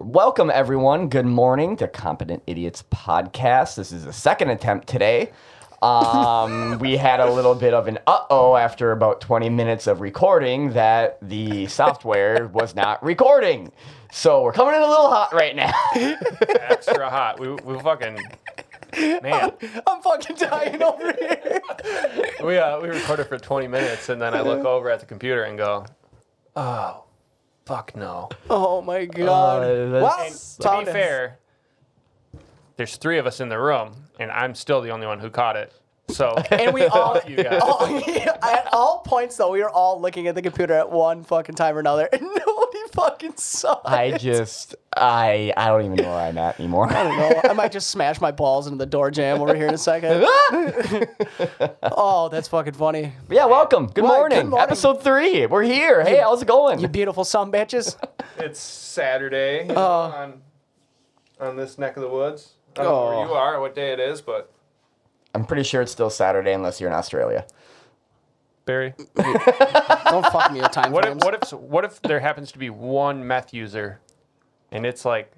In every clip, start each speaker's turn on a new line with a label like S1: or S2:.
S1: Welcome, everyone. Good morning to Competent Idiots Podcast. This is the second attempt today. Um, we had a little bit of an uh oh after about 20 minutes of recording that the software was not recording. So we're coming in a little hot right now.
S2: extra hot. We, we fucking man.
S1: I'm fucking dying over here.
S2: We uh, we recorded for 20 minutes, and then I look over at the computer and go, oh, fuck no.
S3: Oh
S1: Uh,
S3: my god.
S1: Wow.
S2: To be fair, there's three of us in the room, and I'm still the only one who caught it. So
S3: And we all,
S2: you guys.
S3: all- at all points though, we were all looking at the computer at one fucking time or another, and nobody fucking saw it.
S1: I just, I, I don't even know where I'm at anymore.
S3: I don't know. I might just smash my balls into the door jam over here in a second. oh, that's fucking funny.
S1: But yeah, welcome. Good
S3: Why,
S1: morning.
S3: good morning.
S1: Episode three. We're here. Hey, how's it going?
S3: You beautiful some bitches.
S2: it's Saturday
S3: Oh.
S2: you know, on on this neck of the woods. I don't know
S3: Oh.
S2: where you are, or what day it is, but
S1: I'm pretty sure it's still Saturday unless you're in Australia.
S2: Barry,
S3: Don't fuck me with time
S2: what if
S3: frames.
S2: what if what if there happens to be one meth user, and it's like.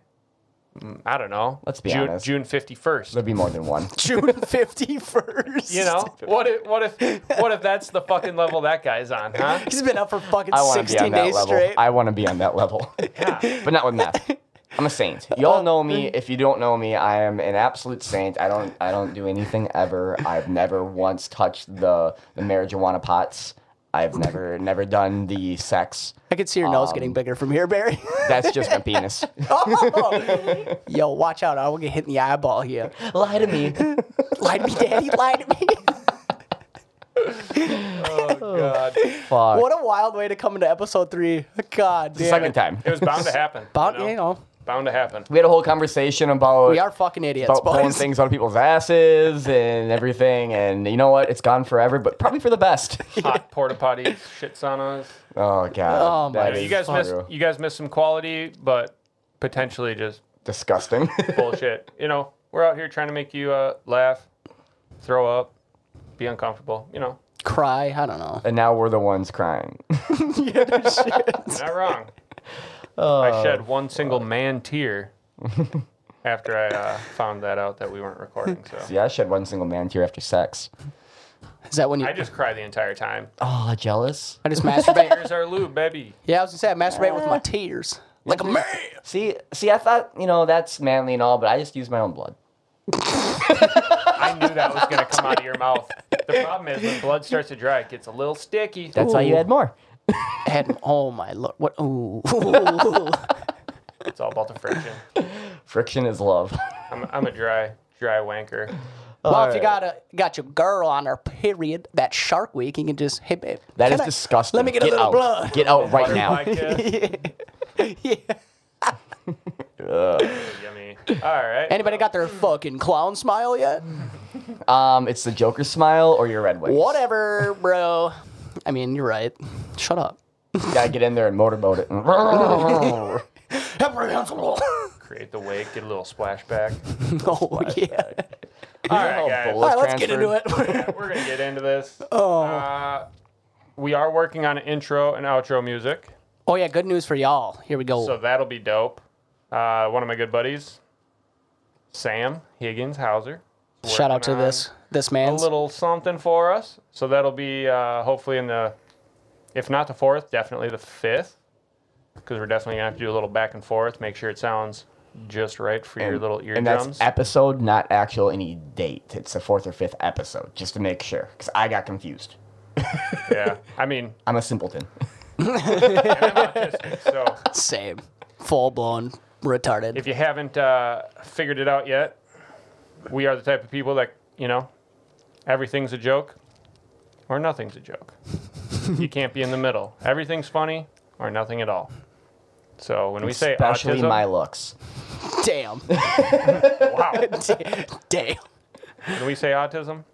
S2: mm, I don't know.
S1: Let's be
S2: June,
S1: honest.
S2: June 51st.
S1: There'd be more than one.
S3: June fifty first.
S2: You know what? If, what if what if that's the fucking level that guy's on, huh?
S3: He's been up for fucking
S1: I want to be on
S3: sixteen
S1: that
S3: days
S1: level.
S3: straight.
S1: I want to be on that level, but not with math. I'm a saint. Y'all know me. If you don't know me, I am an absolute saint. I don't. I don't do anything ever. I've never once touched the the marijuana pots. I've never never done the sex.
S3: I can see your nose
S1: Um,
S3: getting bigger from here, Barry.
S1: That's just my penis.
S3: Oh! Yo, watch out. I will get hit in the eyeball here.
S1: Lie to me.
S3: Lie to me, daddy. Lie to me.
S2: Oh god,
S1: Fuck.
S3: what a wild way to come into episode three. God damn.
S1: Second
S3: it.
S1: time.
S2: it was bound to happen.
S3: About,
S2: you know?
S3: you know,
S2: bound to happen.
S1: We had a whole conversation about
S3: we are fucking idiots,
S1: about pulling
S3: boys.
S1: things out of people's asses and everything. And you know what? It's gone forever, but probably for the best.
S2: Hot porta potty shit saunas.
S1: Oh god.
S3: Oh, my
S1: that
S2: You
S1: is
S2: guys missed
S1: true.
S2: you guys missed some quality, but potentially just
S1: disgusting.
S2: bullshit. you know, we're out here trying to make you uh, laugh, throw up, be uncomfortable. You know,
S3: Cry. I don't know.
S1: and now we're the ones crying.
S2: not wrong. I shed one single man tear after I uh, found that out that we weren't recording. So.
S1: yeah, I shed one single man tear after sex.
S3: Is that when you? I
S2: I
S3: just,
S2: just cry the entire time.
S1: Oh, jealous.
S3: masturbate.
S2: Here's our lube, baby.
S3: yeah, I was gonna say I masturbate with my tears, like a man.
S1: See, see, I thought you know that's manly and all, but I just use my own blood.
S2: I knew that was going to come out of your mouth. The problem is when blood starts to dry, it gets a little sticky.
S1: That's why you
S3: Ooh.
S1: had more.
S3: And oh my lord, what? Ooh.
S2: It's all about the friction.
S1: Friction is love.
S2: I'm, I'm a dry, dry wanker.
S3: well, if
S1: Alright.
S3: you got a got your girl on her period that Shark Week, you can just hey babe.
S1: That is
S3: can I-
S1: disgusting.
S3: Let me get, a little
S1: out.
S3: blood.
S1: Get out right now.
S2: Butterfly kiss.
S3: Yeah.
S2: Yummy. All right.
S3: Anybody got their fucking clown smile yet?
S1: Um, it's the Joker smile or your red wings.
S3: Whatever, bro. I mean, you're right. Shut up.
S1: You gotta get in there and motorboat it. oh
S3: Apprehensible.
S2: Create the wake, get a little splashback.
S3: oh yeah.
S2: All right,
S1: how
S2: guys.
S1: bull- was
S3: All right, let's get into
S1: transferred.
S3: it.
S2: Yeah, We're going to get into this. Oh. Uh, we are working on an intro and outro music,
S3: oh yeah, good news for y'all. Here we go.
S2: so that'll be dope. Uh, one of my good buddies, Sam Higgins Hauser. is
S3: Shout out
S2: working
S3: to
S2: on
S3: this this
S2: a
S3: man's.
S2: little something for us. So that'll be uh, hopefully in the, if not the fourth, definitely the fifth, because we're definitely gonna have to do a little back and forth, make sure it sounds just right for your little
S1: And
S2: eardrums.
S1: that's episode, not actual any date. It's the fourth or fifth episode, just to make sure, because I got confused.
S2: yeah, I mean,
S1: I'm a simpleton.
S2: so
S3: Same. Full blown retarded.
S2: if you haven't uh, figured it out yet, we are the type of people that you know, everything's a joke, or nothing's a joke. you can't be in the middle. Everything's funny, or nothing at all. So when we say
S1: Especially
S2: autism,
S1: my looks.
S3: Damn.
S2: wow.
S3: Damn.
S2: When we say autism,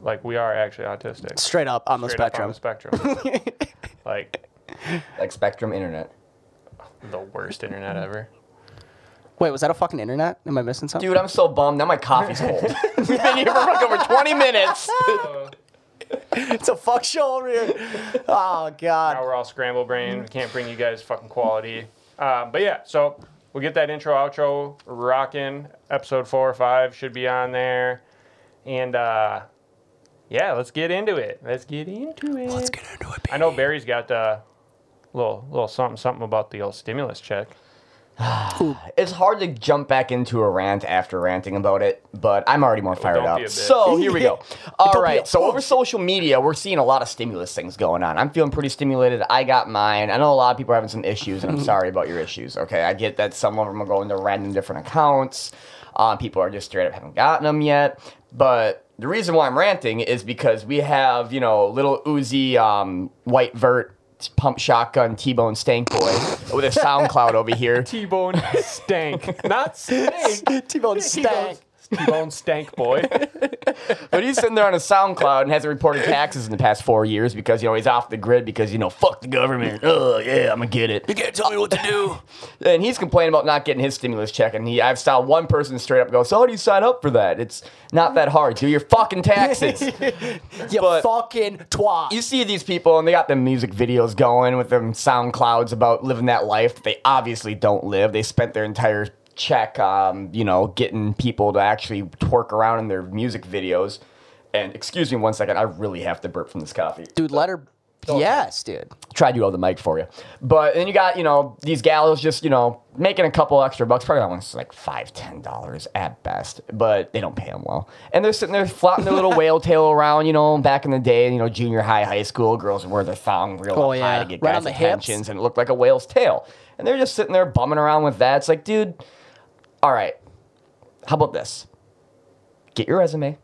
S2: like we are actually autistic.
S3: Straight up on the
S2: Straight up on
S3: spectrum.
S2: the spectrum. like
S1: Like Spectrum Internet.
S2: the worst internet ever.
S3: Wait, was that a fucking internet? Am I missing something?
S1: Dude, I'm so bummed. Now my coffee's cold. We've been here for fucking over 20 minutes.
S3: It's a fuck show over here. Oh
S2: Now
S3: god.
S2: we're all scramble brain. We can't bring you guys fucking quality. Uh, but yeah, so we'll get that intro, outro rocking. Episode four or five should be on there. And uh, yeah, let's get into it. Let's get into it.
S3: Let's get into it.
S2: I know Barry's got a little, little something, something about the old stimulus check.
S1: It's hard to jump back into a rant after ranting about it, but I'm already more fired
S2: don't
S1: up.
S2: be a bitch.
S1: So here we go.
S3: Don't be
S1: All
S3: a
S1: right. So
S3: pussy.
S1: over social media, we're seeing a lot of stimulus things going on. I'm feeling pretty stimulated. I got mine. I know a lot of people are having some issues, and I'm sorry about your issues. Okay, I get that some of them are going to random different accounts. Um, people are just straight up haven't gotten them yet. But the reason why I'm ranting is because we have you know little Uzi um, white vert. Pump shotgun T-bone Stank Boy with a SoundCloud over here.
S2: T-Bone stank, not stank.
S3: T-Bone stank.
S2: T-Bone stank boy.
S1: But he's sitting there on a SoundCloud and hasn't reported taxes in the past four years because you know he's off the grid because you know fuck the government. Oh yeah, I'm gonna get it.
S3: can't tell me what to do.
S1: And he's complaining about not getting his stimulus check. And he, I've saw one person straight up go, "So how do you sign up for that? It's not that hard. Do your fucking taxes."
S3: you
S1: But-
S3: fucking twat.
S1: you see these people and they got the music videos going with them SoundClouds about living that life that they obviously don't live. They spent their entire check, um, you know, getting people to actually twerk around in their music videos. And excuse me one second, I really have to burp from this coffee.
S3: dude, let her. Yes, dude.
S1: try to do all the mic for you. But then you got, you know, these gals just, you know, making a couple extra bucks. Probably that one's like five, ten dollars at best, but they don't pay them well. And they're sitting there flopping their little whale tail around, you know, back in the day, you know, junior high, high school, girls would wear their thong real
S3: Oh,
S1: high
S3: yeah.
S1: to get
S3: Right
S1: guys'
S3: on the hips.
S1: attentions, and it looked like a whale's tail. And they're just sitting there bumming around with that. It's like, dude, all right, how about this? Get your resume.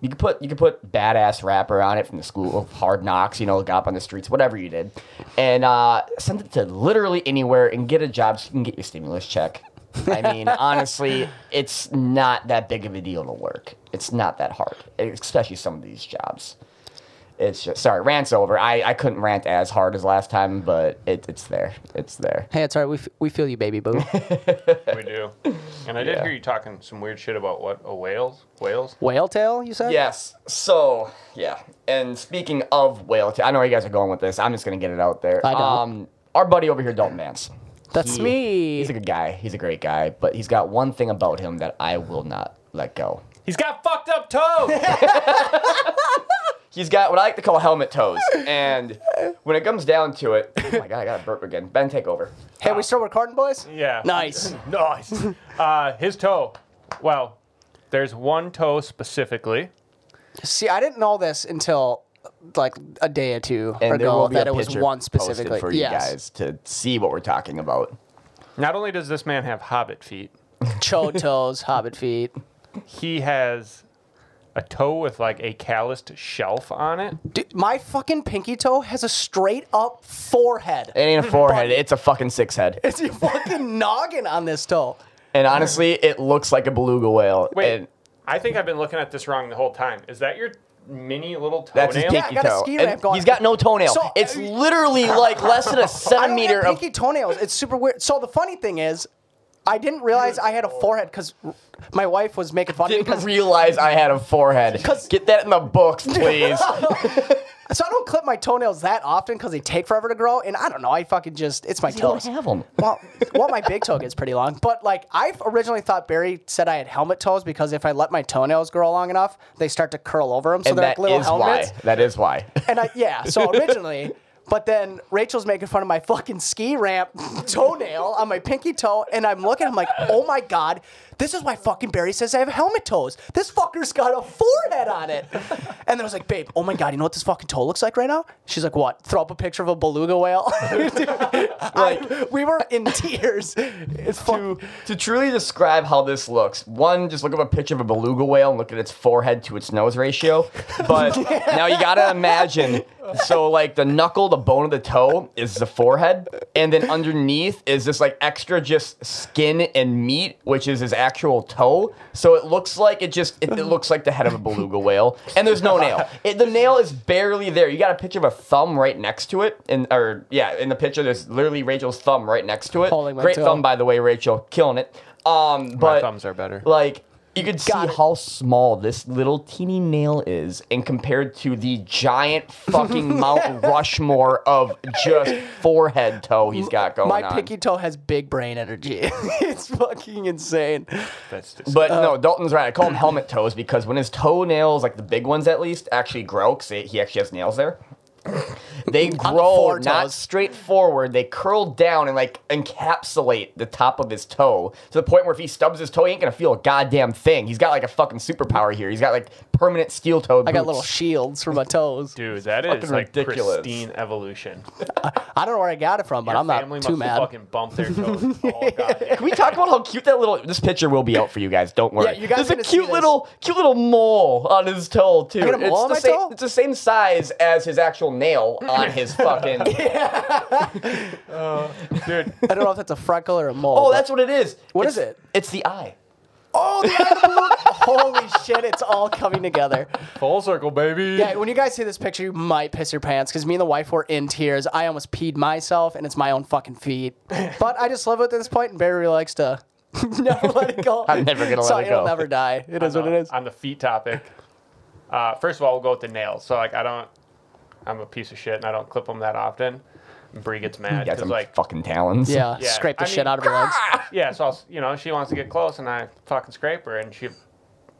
S1: You could put you could put badass rapper on it from the school of hard knocks, you know, got up on the streets, whatever you did, and uh, send it to literally anywhere and get a job so you can get your stimulus check. I mean, honestly, it's not that big of a deal to work. It's not that hard, especially some of these jobs. It's just sorry, rant's over. I, I couldn't rant as hard as last time, but it, it's there. It's there.
S3: Hey, it's all right. We, f- we feel you, baby boo.
S2: We do. And I did hear you talking some weird shit about what a whales, whales.
S3: Whale tail, you said?
S1: Yes. So yeah. And speaking of whale, ta- I know where you guys are going with this. I'm just gonna get it out there.
S3: I don't.
S1: Um, our buddy over here, Dalton Vance.
S3: That's
S1: He-
S3: me.
S1: He's a good guy. He's a great guy, but he's got one thing about him that I will not let go.
S2: He's got fucked up toes.
S1: He's got what I like to call helmet toes, and when it comes down to it, oh my god, I gotta burp again. Ben, take over.
S3: Hey, we still recording, boys?
S2: yeah.
S3: Nice.
S2: Nice. Uh, his toe. Well, there's one toe specifically.
S3: See, I didn't know this until like a day or two
S1: And there
S3: ago
S1: will be
S3: that
S1: a
S3: it was
S1: picture
S3: one
S1: posted
S3: specifically.
S1: for you
S3: yes.
S1: guys to see what we're talking about.
S2: Not only does this man have hobbit feet,
S3: Cho toes, hobbit feet.
S2: he has a toe with like a calloused shelf on it.
S3: Dude, my fucking pinky toe has a straight up forehead.
S1: It ain't a forehead. It's a fucking six head.
S3: It's your fucking noggin on this toe.
S1: And honestly, it looks like a beluga whale.
S2: Wait,
S1: And-
S2: I think I've been looking at this wrong the whole time. Is that your mini little toenail?
S1: That's his
S3: Yeah, I
S1: pinky
S3: got a
S1: toe.
S3: ski
S1: And
S3: ramp going.
S1: He's got no toenail.
S3: So- uh,
S1: it's literally like less than a
S3: I don't
S1: centimeter
S3: have
S1: of.
S3: pinky toenails. It's super weird. So the funny thing is, I didn't realize I had a forehead because my wife was making fun of me.
S1: Didn't
S3: 'cause-
S1: realize I had a forehead.
S3: 'Cause-
S1: Get that in the books, please.
S3: so I don't clip my toenails that often because they take forever to grow. And I don't know. I fucking just it's my toes.
S1: them.
S3: well, well, my big toe gets pretty long, but like I originally thought Barry said I had helmet toes because if I let my toenails grow long enough, they start to curl over them, so
S1: And
S3: they're
S1: that
S3: like little
S1: is
S3: helmets.
S1: why. That is why.
S3: And I yeah, so originally, but then Rachel's making fun of my fucking ski ramp toenail on my pinky toe, and I'm looking, I'm like, oh my god, this is why fucking Barry says I have helmet toes. This fucker's got a forehead on it. And then I was like, babe, oh my god, you know what this fucking toe looks like right now? She's like, what? Throw up a picture of a beluga whale. Dude, I- we were in tears. It's fucking.
S1: to truly describe how this looks, one, just look up a picture of a beluga whale and look at its forehead to its nose ratio. But now you gotta imagine. So like the knuckle, the bone of the toe is the forehead, and then underneath is this like extra just skin and meat, which is his actual toe. So it looks like it just it, it looks like the head of a beluga whale, and there's no nail. It, the nail is barely there. You got a picture of a thumb right next to it, and or yeah, in the picture there's literally Rachel's thumb right next to it.
S3: Holding my
S1: Great
S3: toe.
S1: thumb by the way, Rachel, killing it. Um, but
S2: thumbs are better.
S1: Like you could see
S3: Got it.
S1: how small this little teeny nail is, and compared to the giant fucking Mount Rushmore of just forehead toe he's got going
S3: My
S1: on.
S3: pinky toe has big brain energy. it's fucking insane.
S2: That's just,
S1: But no, Dalton's right. I call him helmet toes because when his toenails, like the big ones at least, actually grow, because he actually has nails there. They grow
S3: foretoes.
S1: not straight forward. They curl down and like encapsulate the top of his toe to the point where if he stubs his toe, he ain't gonna feel a goddamn thing. He's got like a fucking superpower here. He's got like permanent steel toe.
S3: I got little shields for my toes.
S2: dude, that is
S1: fucking
S2: like
S1: ridiculous.
S2: pristine evolution.
S3: I don't know where I got it from, but
S2: Your
S3: I'm not
S2: family
S3: too
S2: must
S3: mad.
S2: fucking bump their toes. all goddamn
S1: Can we talk about how cute that little? This picture will be out for you guys. Don't worry.
S3: Yeah, you guys
S1: There's
S3: are
S1: a
S3: gonna see
S1: cute
S3: this.
S1: little, cute little mole on his toe too.
S3: got a mole
S1: it's
S3: on
S1: the
S3: my
S1: same.
S3: toe?
S1: It's the same size as his actual nail on his fucking.
S2: Dude,
S3: I don't know if that's a freckle or a mole.
S1: Oh,
S3: but-
S1: that's what it is.
S3: What
S1: What
S3: is
S1: is
S3: it?
S1: It's the eye.
S3: oh, the eye of the balloon. Holy shit! It's all coming together.
S2: full circle, baby.
S3: Yeah, when you guys see this picture, you might piss your pants because me and the wife were in tears. I almost peed myself, and it's my own fucking feet. But I just live with it at this point, and Barry likes to never let it go.
S1: I'm never gonna
S3: so
S1: let it
S3: it'll
S1: go.
S3: never die. It is
S2: on
S3: what it
S2: the-
S3: is.
S2: Uh, On the feet topic, uh, first of all, we'll go with the nails. So like, I don't, I'm a piece of shit, and I don't clip them that often. And Bree gets mad
S1: You got
S2: because
S1: some
S2: like,
S1: fucking talons.
S3: yeah,
S2: Yeah,
S3: scrape the
S2: I
S3: shit
S2: mean,
S3: out of her legs.
S2: yeah. So I'll, s- you know, she wants to get close, and I fucking scrape her, and she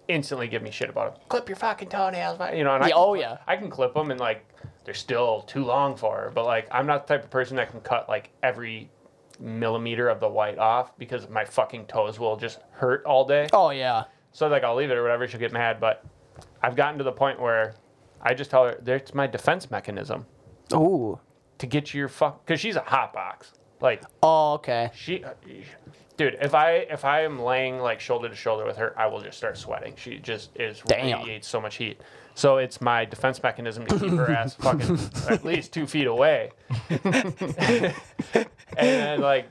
S2: instantly give me shit about it. Clip your fucking toenails, man," you know. And I
S3: Yeah,
S2: can-
S3: oh, yeah.
S2: I can clip them, and like, they're still too long for her. But like, I'm not the type of person that can cut like every millimeter of the white off because my fucking toes will just hurt all day.
S3: Oh yeah.
S2: So like I'll leave it or whatever. She'll get mad, but I've gotten to the point where I just tell her that's my defense mechanism
S3: Ooh.
S2: to get your fuck because she's a hot box. Like
S3: Oh okay.
S2: she, uh, dude, if I if I am laying like shoulder to shoulder with her, I will just start sweating. She just is
S3: Damn.
S2: radiates so much heat. So it's my defense mechanism to keep her ass fucking at least two feet away. and then, like,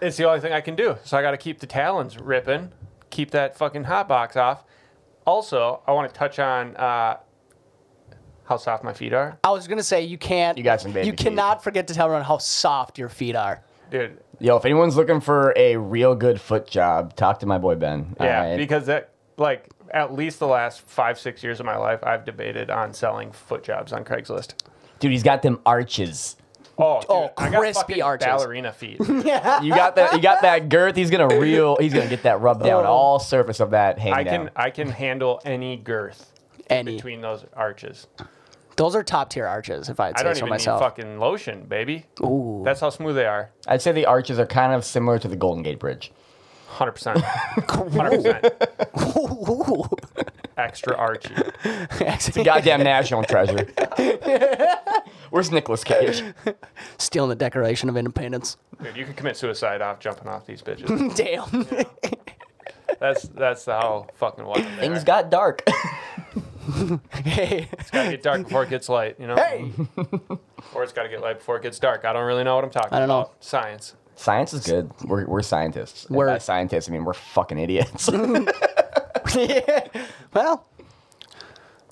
S2: it's the only thing I can do. So I got to keep the talons ripping, keep that fucking hot box off. Also, I want to touch on uh, how soft my feet are,
S3: I was gonna say you can't.
S1: You got some baby
S3: You
S1: feet.
S3: cannot forget to tell everyone how soft your feet are.
S2: dude.
S1: Yo, if anyone's looking for a real good foot job, talk to my boy Ben.
S3: Uh,
S2: Yeah,
S1: Alright.
S2: because that like at least the last five six years of my life, I've debated on selling foot jobs on Craigslist.
S1: dude, he's got them arches.
S2: Oh, dude,
S3: Oh,
S2: I got
S3: crispy
S2: fucking
S3: arches.
S2: ballerina feet.
S1: You got that. You got that girth. He's gonna real. He's gonna get that rub down all surface of that hang
S2: Oh. I
S1: down.
S2: can I can handle any girth
S3: Any.
S2: between those arches.
S3: Those are top tier arches, if I'd
S2: I
S3: say
S2: don't
S3: so
S2: even
S3: myself.
S2: need fucking lotion, baby.
S3: Ooh.
S2: That's how smooth they are.
S1: I'd say the arches are kind of similar to the Golden Gate Bridge.
S2: Hundred percent. Hundred percent.
S3: Ooh.
S2: Extra archy.
S1: Goddamn national treasure. Where's Nicolas Cage?
S3: Stealing the Declaration of Independence.
S2: Dude, you can commit suicide off jumping off these bitches.
S3: Damn.
S2: That's that's how fucking wild. they
S1: Things
S2: are.
S1: got dark.
S3: hey.
S2: gotta get dark before it gets light, you know?
S3: Hey.
S2: Or it's gotta get light before it gets dark. I don't really know what I'm talking
S3: I don't know.
S2: about. Science.
S1: Science is good. We're, we're scientists. And
S3: We're-
S1: by scientists. I mean we're fucking idiots.
S3: Well,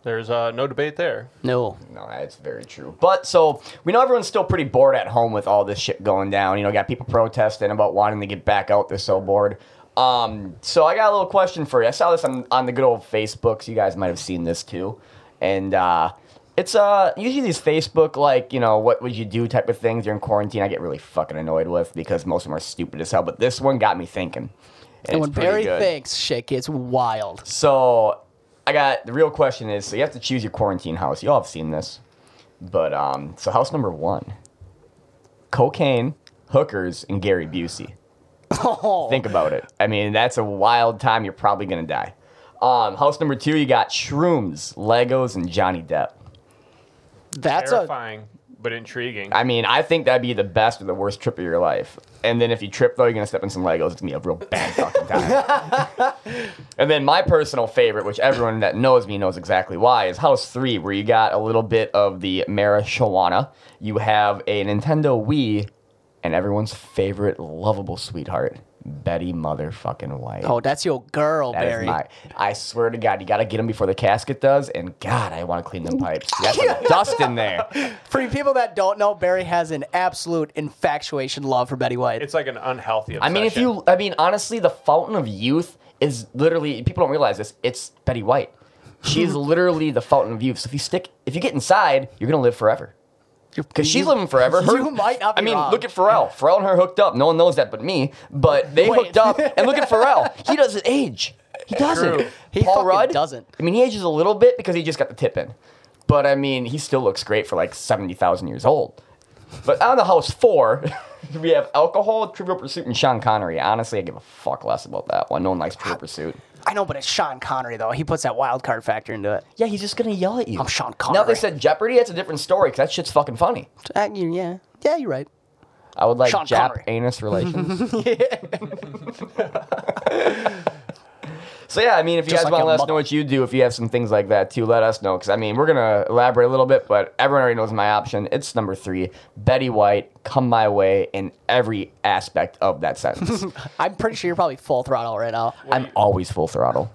S2: There's uh, no debate there.
S3: no.
S1: No, that's very true. But so we know everyone's still pretty bored at home with all this shit going down. You know, got people protesting about wanting to get back out. They're so bored. Um, so I got a little question for you. I saw this on, on the good old Facebooks. You guys might have seen this too, and uh, it's uh usually these Facebook like you know what would you do type of things during quarantine. I get really fucking annoyed with because most of them are stupid as hell. But this one got me thinking. And,
S3: And
S1: it's
S3: when
S1: pretty
S3: Barry
S1: good.
S3: thinks, shit gets wild.
S1: So I got the real question is so you have to choose your quarantine house. Y'all have seen this. But um so house number one. Cocaine, hookers, and Gary Busey.
S3: Oh.
S1: Think about it. I mean, that's a wild time. You're probably gonna die. Um, house number two, you got shrooms, Legos, and Johnny Depp.
S3: That's a.
S2: Terrifying, but intriguing.
S1: I mean, I think that'd be the best or the worst trip of your life. And then if you trip though, you're gonna step in some Legos. It's gonna be a real bad fucking time. and then my personal favorite, which everyone that knows me knows exactly why, is House Three, where you got a little bit of the marijuana. You have a Nintendo Wii, and everyone's favorite lovable sweetheart, Betty motherfucking White.
S3: Oh, that's your girl,
S1: That is
S3: Barry.
S1: my- I swear to God, you gotta get them before the casket does, and God, I want to clean them pipes. You got some dust in there.
S3: For you people that don't know, Barry has an absolute infatuation love for Betty White.
S2: It's like an unhealthy obsession.
S1: I mean, if you, I mean, honestly, the fountain of youth is literally people don't realize this. It's Betty White. She's literally the fountain of youth. So if you stick, if you get inside, you're gonna live forever. Because she's living forever. Her,
S3: You might not be
S1: I mean,
S3: wrong.
S1: look at Pharrell. Pharrell and her hooked up. No one knows that but me. But they
S3: Wait.
S1: hooked up. And look at Pharrell. He doesn't age. He doesn't.
S2: True.
S3: He
S1: Paul
S3: fucking
S1: Rudd
S3: doesn't.
S1: I mean, he ages a little bit because he just got the tip in. But I mean, he still looks great for like seventy thousand years old. But on the house four, we have alcohol, Trivial Pursuit, and Sean Connery. Honestly, I give a fuck less about that one. No one likes Trivial Pursuit.
S3: I know, but it's Sean Connery though. He puts that wild card factor into it.
S1: Yeah, he's just gonna yell at you.
S3: I'm Sean
S1: Now they
S3: Connery.
S1: said Jeopardy. That's a different story because that shit's fucking funny.
S3: Uh, you- yeah, yeah, you're right.
S1: I would like
S3: Sean
S1: Jap
S3: Connery.
S1: anus relations. so yeah, I mean, if you
S3: Just
S1: guys
S3: like
S1: want to
S3: your
S1: let us
S3: mother.
S1: know what you do, if you have some things like that too, let us know. Because I mean, we're gonna elaborate a little bit, but everyone already knows my option. It's number three, Betty White, come my way in every aspect of that sentence.
S3: I'm pretty sure you're probably full throttle right now.
S1: I'm always full throttle.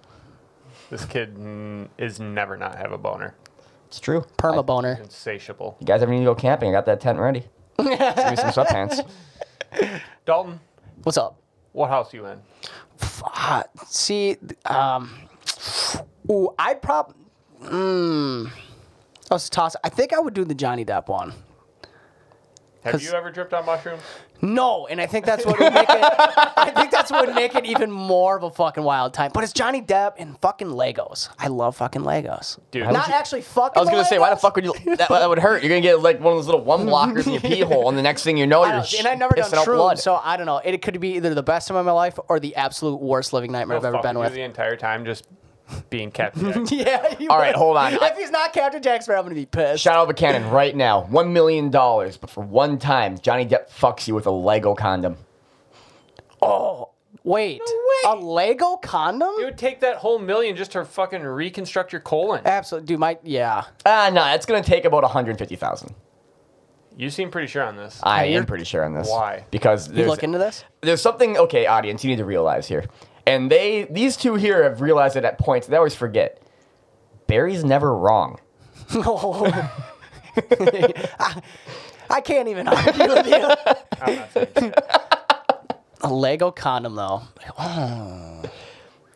S2: This kid mm, is never not have a boner.
S1: It's true.
S3: Perma boner.
S2: Insatiable.
S1: You guys ever need to go camping? I got that tent ready. Give me some sweatpants.
S2: Dalton,
S3: What's up?
S2: what house you in?
S3: Ah, see, th- um, ooh, I prob. Mm, that was a toss. I think I would do the Johnny Depp one.
S2: Have
S3: 'Cause-
S2: you ever dripped on mushrooms?
S3: No, and I think that's what would make it. I think that's what would make it even more of a fucking wild time. But it's Johnny Depp and fucking Legos. I love fucking Legos,
S2: Dude.
S3: Not
S2: Why would you-
S3: actually fucking.
S1: I was gonna say, why the
S3: Legos.
S1: fuck would you? That, that would hurt. You're gonna get like one of those little one blockers in your pee hole, and the next thing you know,
S3: I
S1: you're
S3: don't-
S1: sh-
S3: and I've never done
S1: pissing out
S3: shrooms,
S1: blood.
S3: so I don't know. It could be either the best time of my life or the absolute worst living nightmare I've ever
S2: Fuck
S3: been
S2: you
S3: with.
S2: the entire time just being kept.
S3: yeah. You
S1: All right, hold on. I-
S3: If he's not Captain Jack Sparrow, I'm gonna be pissed.
S1: Shout out the cannon right now. One million dollars, but for one time, Johnny Depp fucks you with a Lego condom.
S3: Wait, a Lego condom?
S2: It would take that whole million just to fucking reconstruct your colon.
S3: Absolutely, dude. My yeah.
S1: Ah, no, that's gonna take about one hundred fifty thousand.
S2: You seem pretty sure on this.
S1: I
S3: Hey,
S1: am
S3: you're-
S1: pretty sure on this.
S2: Why?
S1: Because
S3: You
S1: there's,
S3: look into this?
S1: there's something. Okay, audience, you need to realize here, and they these two here have realized it at points. They always forget. Barry's never wrong.
S3: I, I can't even argue with you.
S2: I'm not saying shit.
S3: A Lego condom, though.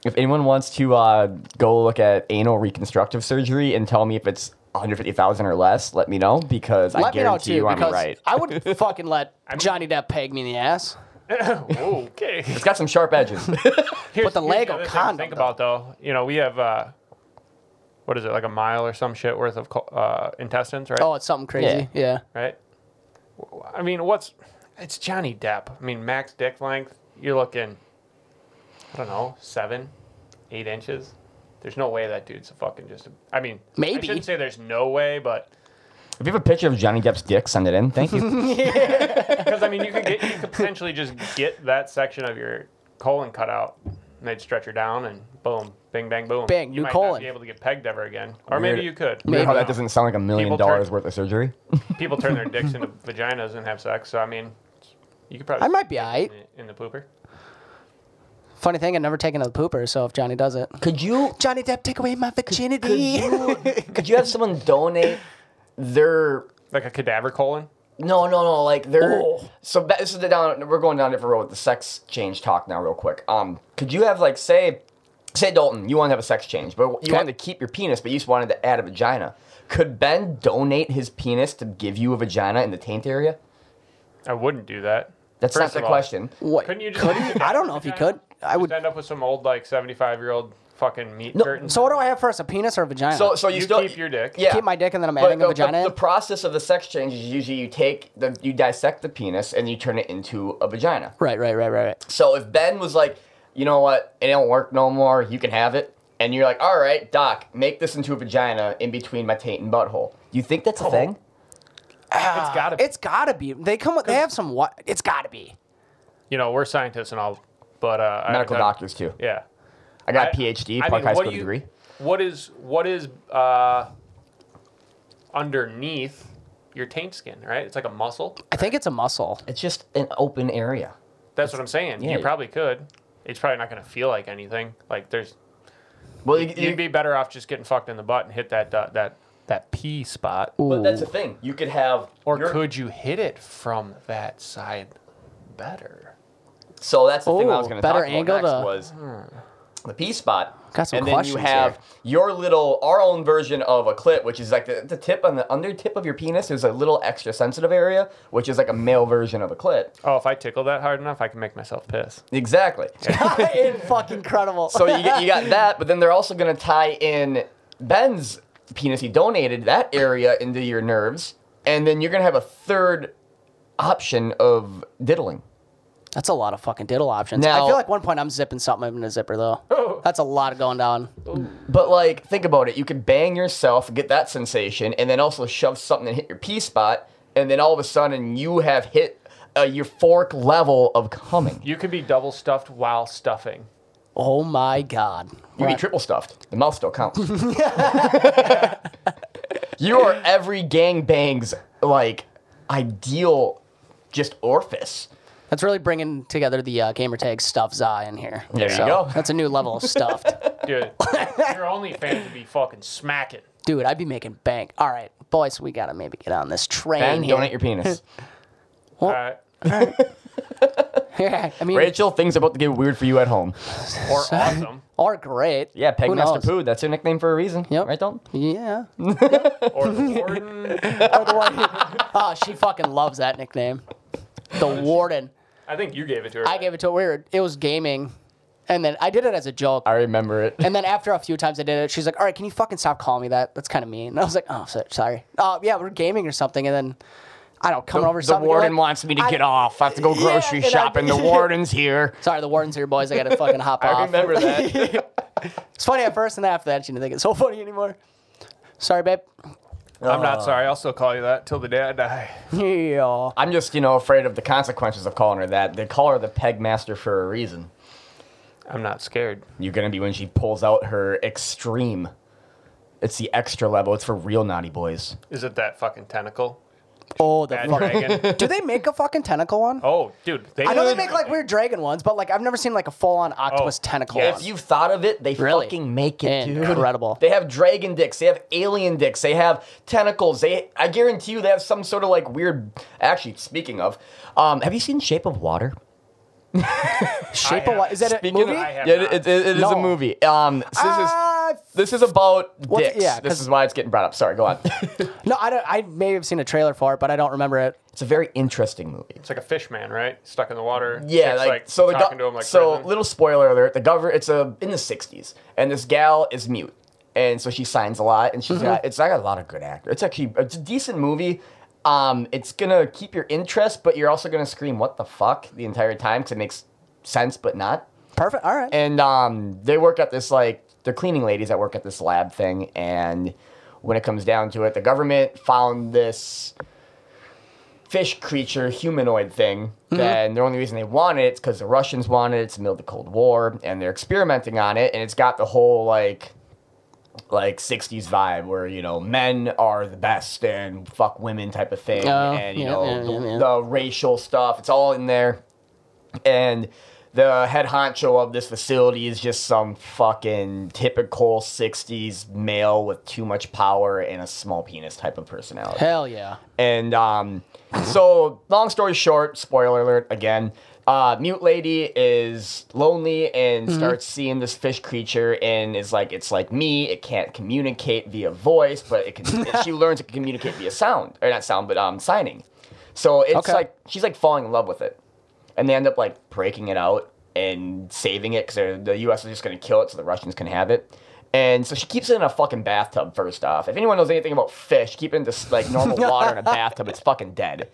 S1: If anyone wants to uh, go look at anal reconstructive surgery and tell me if it's 150,000 or less, let me know because I
S3: Let me know
S1: guarantee
S3: too,
S1: you I'm
S3: because
S1: right.
S3: I would fucking let Johnny Depp peg me in the ass.
S2: okay.
S1: It's got some sharp edges.
S2: Here's,
S3: the Lego
S2: other thing to
S3: condom,
S2: Think
S3: though.
S2: about though. You know, we have uh, what is it like a mile or some shit worth of co- uh, intestines, right?
S3: Oh, it's something crazy. Yeah.
S2: Right. W- I mean, what's it's Johnny Depp. I mean, max dick length. You're looking, I don't know, seven, eight inches. There's no way that dude's a fucking just. A, I mean, I
S3: Maybe.
S2: shouldn't say there's no way, but
S1: if you have a picture of Johnny Depp's dick, send it in. Thank you.
S2: because I mean, you could get you could potentially just get that section of your colon cut out, and they'd stretch her down, and boom, bing, bang, boom,
S3: Bang,
S2: you
S3: new
S2: might Not
S3: colon.
S2: be able to get pegged ever again, or
S1: Weird.
S2: maybe you could.
S1: Weird how that
S2: I don't know.
S1: doesn't sound like a million
S2: People turn-
S1: dollars worth of surgery.
S2: People turn their dicks into vaginas and have sex, so I mean, you could probably
S3: I might be alright.
S2: in the pooper.
S3: Funny thing, I've never taken a pooper, so if Johnny does it.
S1: Could you
S3: Johnny Depp, take away my
S1: could
S3: virginity.
S1: you, could you have someone donate their
S2: Like a cadaver colon?
S1: no no no like their
S3: Oh.
S1: so ba- this is the down we're going down a different road with the sex change talk now real quick. Um, could you have like say say Dalton, you want to have a sex change, but you wanted to keep your penis, but you just wanted to add a vagina. Could Ben donate his penis to give you a vagina in the taint area?
S2: I wouldn't do that.
S1: That's
S2: First
S1: not
S2: of
S1: the
S2: all,
S1: question.
S3: What?
S2: Couldn't you just
S3: I don't know if you could. I
S2: Just
S3: would.
S2: end up with some old like seventy five year old fucking meat curtain.
S3: So what do I have first, a penis or a vagina?
S1: So so you,
S2: You
S1: still
S2: keep your dick.
S1: Yeah.
S3: Keep my dick and then I'm
S1: But
S3: adding a
S1: the- the-
S3: vagina. in?
S1: The, process of the sex change is usually you take the you dissect the penis and you turn it into a vagina.
S3: right, right, right, right, right.
S1: So if Ben was like, you know what, it don't work no more, you can have it, and you're like, all right, Doc, make this into a vagina in between my taint and butthole. You think that's a thing?
S2: it's gotta be.
S3: It's gotta be. They come. with- They have some. What? It's gotta be.
S2: you know, we're scientists and all but uh I-
S1: Medical
S2: I-
S1: doctors too.
S2: Yeah.
S1: I got a
S2: I-
S1: PhD,
S2: I
S1: Park
S2: mean,
S1: High
S2: what
S1: School
S2: do you-
S1: degree.
S2: What is what is uh underneath your taint skin, right? It's like a muscle.
S3: I think it's a muscle.
S1: It's just an open area.
S2: That's what I'm saying.
S1: yeah.
S2: You probably could. It's probably not gonna feel like anything. Like there's
S1: Well, you,
S2: you'd be better off just getting fucked in the butt and hit that uh, that that pee spot.
S1: but that's the thing. You could have
S2: Or
S1: your-
S2: could you hit it from that side better?
S1: So that's the thing I was
S3: Ooh,
S1: going to
S3: better
S1: talk about
S3: angle
S1: next
S3: to-
S1: was the P spot.
S3: Got some
S1: and then you
S3: questions
S1: have
S3: here.
S1: your little, our own version of a clit, which is like the, the tip on the under tip of your penis. There's a little extra sensitive area, which is like a male version of a clit.
S2: Oh, if I tickle that hard enough, I can make myself piss.
S1: Exactly.
S3: it's fucking incredible.
S1: So you, get- you got that, but then they're also going to tie in Ben's penis he donated that area into your nerves, and then you're going to have a third option of diddling.
S3: That's a lot of fucking diddle options. I
S1: Now-
S3: feel like one point I'm zipping something in a zipper though. That's a lot going down.
S1: But like, think about it. You could bang yourself, get that sensation, and then also shove something and hit your P spot, and then all of a sudden you have hit a euphoric level of coming.
S2: You can be double stuffed while stuffing.
S3: Oh my god.
S1: You be triple stuffed. The mouth still counts. you are every gangbang's like ideal, just orifice.
S3: That's really bringing together the uh, gamer tag stuff za in here.
S1: There you go.
S3: That's a new level of stuffed.
S2: Dude, your only fan would be fucking smacking.
S3: Dude, I'd be making bank. All right, boys, we gotta maybe get on this train
S1: Ben,
S3: here.
S1: donate your penis.
S2: All right.
S3: yeah, I mean,
S1: Rachel, things about to get weird for you at home.
S2: Or awesome.
S3: or great.
S1: Yeah,
S3: Who
S1: Pegmaster
S3: knows?
S1: Poo. That's your nickname for a reason.
S3: Yep.
S1: Right, Dalton?
S3: Yeah.
S2: Or the warden.
S3: Or the warden. oh, she fucking loves that nickname. The warden.
S2: I think you gave it to her.
S3: I gave it to her. We were, it was gaming, and then I did it as a joke.
S1: I remember it.
S3: And then after a few times I did it, she's like, "All right, can you fucking stop calling me that? That's kind of mean." And I was like, "Oh, so- sorry. Uh, yeah, we're gaming or something." And then I don't coming over.
S1: the
S3: something,
S1: warden
S3: like,
S1: wants me to
S3: I-
S1: get off. I have to go grocery
S3: and I-
S1: shopping. the warden's here.
S3: Sorry, the warden's here, boys. I gotta fucking hop off.
S1: I remember that.
S3: It's funny at first, and after that, she didn't think it's so funny anymore. Sorry, babe.
S2: I'm not sorry. I'll still call you that till the day I die.
S3: Yeah.
S1: I'm just, you know, afraid of the consequences of calling her that. They call her the peg master for a reason.
S2: I'm not scared.
S1: You're gonna be when she pulls out her extreme. It's the extra level. It's for real naughty boys.
S2: Is it that fucking tentacle?
S3: Oh, the
S2: Bad
S3: fuck.
S2: dragon.
S3: Do they make a fucking tentacle one?
S2: Oh, dude. They
S3: I know they make like weird dragon ones, but like I've never seen like a full-on
S2: Oh,
S3: octopus tentacle
S2: yes.
S3: one.
S1: If you've thought of it, they
S3: Really?
S1: fucking make it, dude.
S3: Incredible.
S1: They have dragon dicks. They have alien dicks. They have tentacles. They, I guarantee you, they have some sort of like weird. Actually, speaking of, um, have you seen Shape of Water?
S3: Shape
S2: I
S3: of
S2: have-
S3: what? Is that a
S1: Speaking of-
S3: movie?
S2: I have
S1: yeah,
S2: not.
S1: it, it- it is
S3: No.
S1: a movie. Um, this
S3: Ah,
S1: is this is about
S3: What's-
S1: dicks.
S3: yeah,
S1: this
S3: 'cause-
S1: is why it's getting brought up. Sorry, go on.
S3: no, I don't. I may have seen a trailer for it, but I don't remember it.
S1: it's a very interesting movie.
S2: It's like a fish man, right? Stuck in the water.
S1: Yeah,
S2: Chick's,
S1: like, so the
S2: talking
S1: go-
S2: to him like
S1: so
S2: prison.
S1: little spoiler alert. The government it's a in the '60s, and this gal is mute, and so she signs a lot, and
S3: Mm-hmm.
S1: she's got it's got a lot of good actors. It's actually it's a decent movie. Um, it's gonna keep your interest, but you're also gonna scream "What the fuck" the entire time because it makes sense, but not.
S3: Perfect. All right.
S1: and um, they work at this like they're cleaning ladies that work at this lab thing and when it comes down to it the government found this fish creature humanoid thing
S3: Mm-hmm.
S1: and the only reason they want it is because the russians want it it's in the middle of the cold war and they're experimenting on it and it's got the whole like like 60s vibe where you know men are the best and fuck women type of thing
S3: Oh,
S1: and you
S3: yeah,
S1: know
S3: yeah, yeah,
S1: the-
S3: yeah.
S1: the racial stuff it's all in there and the head honcho of this facility is just some fucking typical 60s male with too much power and a small penis type of personality.
S3: Hell yeah.
S1: And um, so, long story short, spoiler alert again. Uh, Mute Lady is lonely and starts seeing this fish creature and is like, it's like me. It can't communicate via voice, but it can. she learns it can communicate via sound, or not sound, but um, signing. So it's
S3: Okay.
S1: like she's like falling in love with it, and they end up like breaking it out and saving it because the U.S. is just gonna kill it so the Russians can have it. And so she keeps it in a fucking bathtub. First off, if anyone knows anything about fish, keep it in just like normal water in a bathtub. It's fucking dead.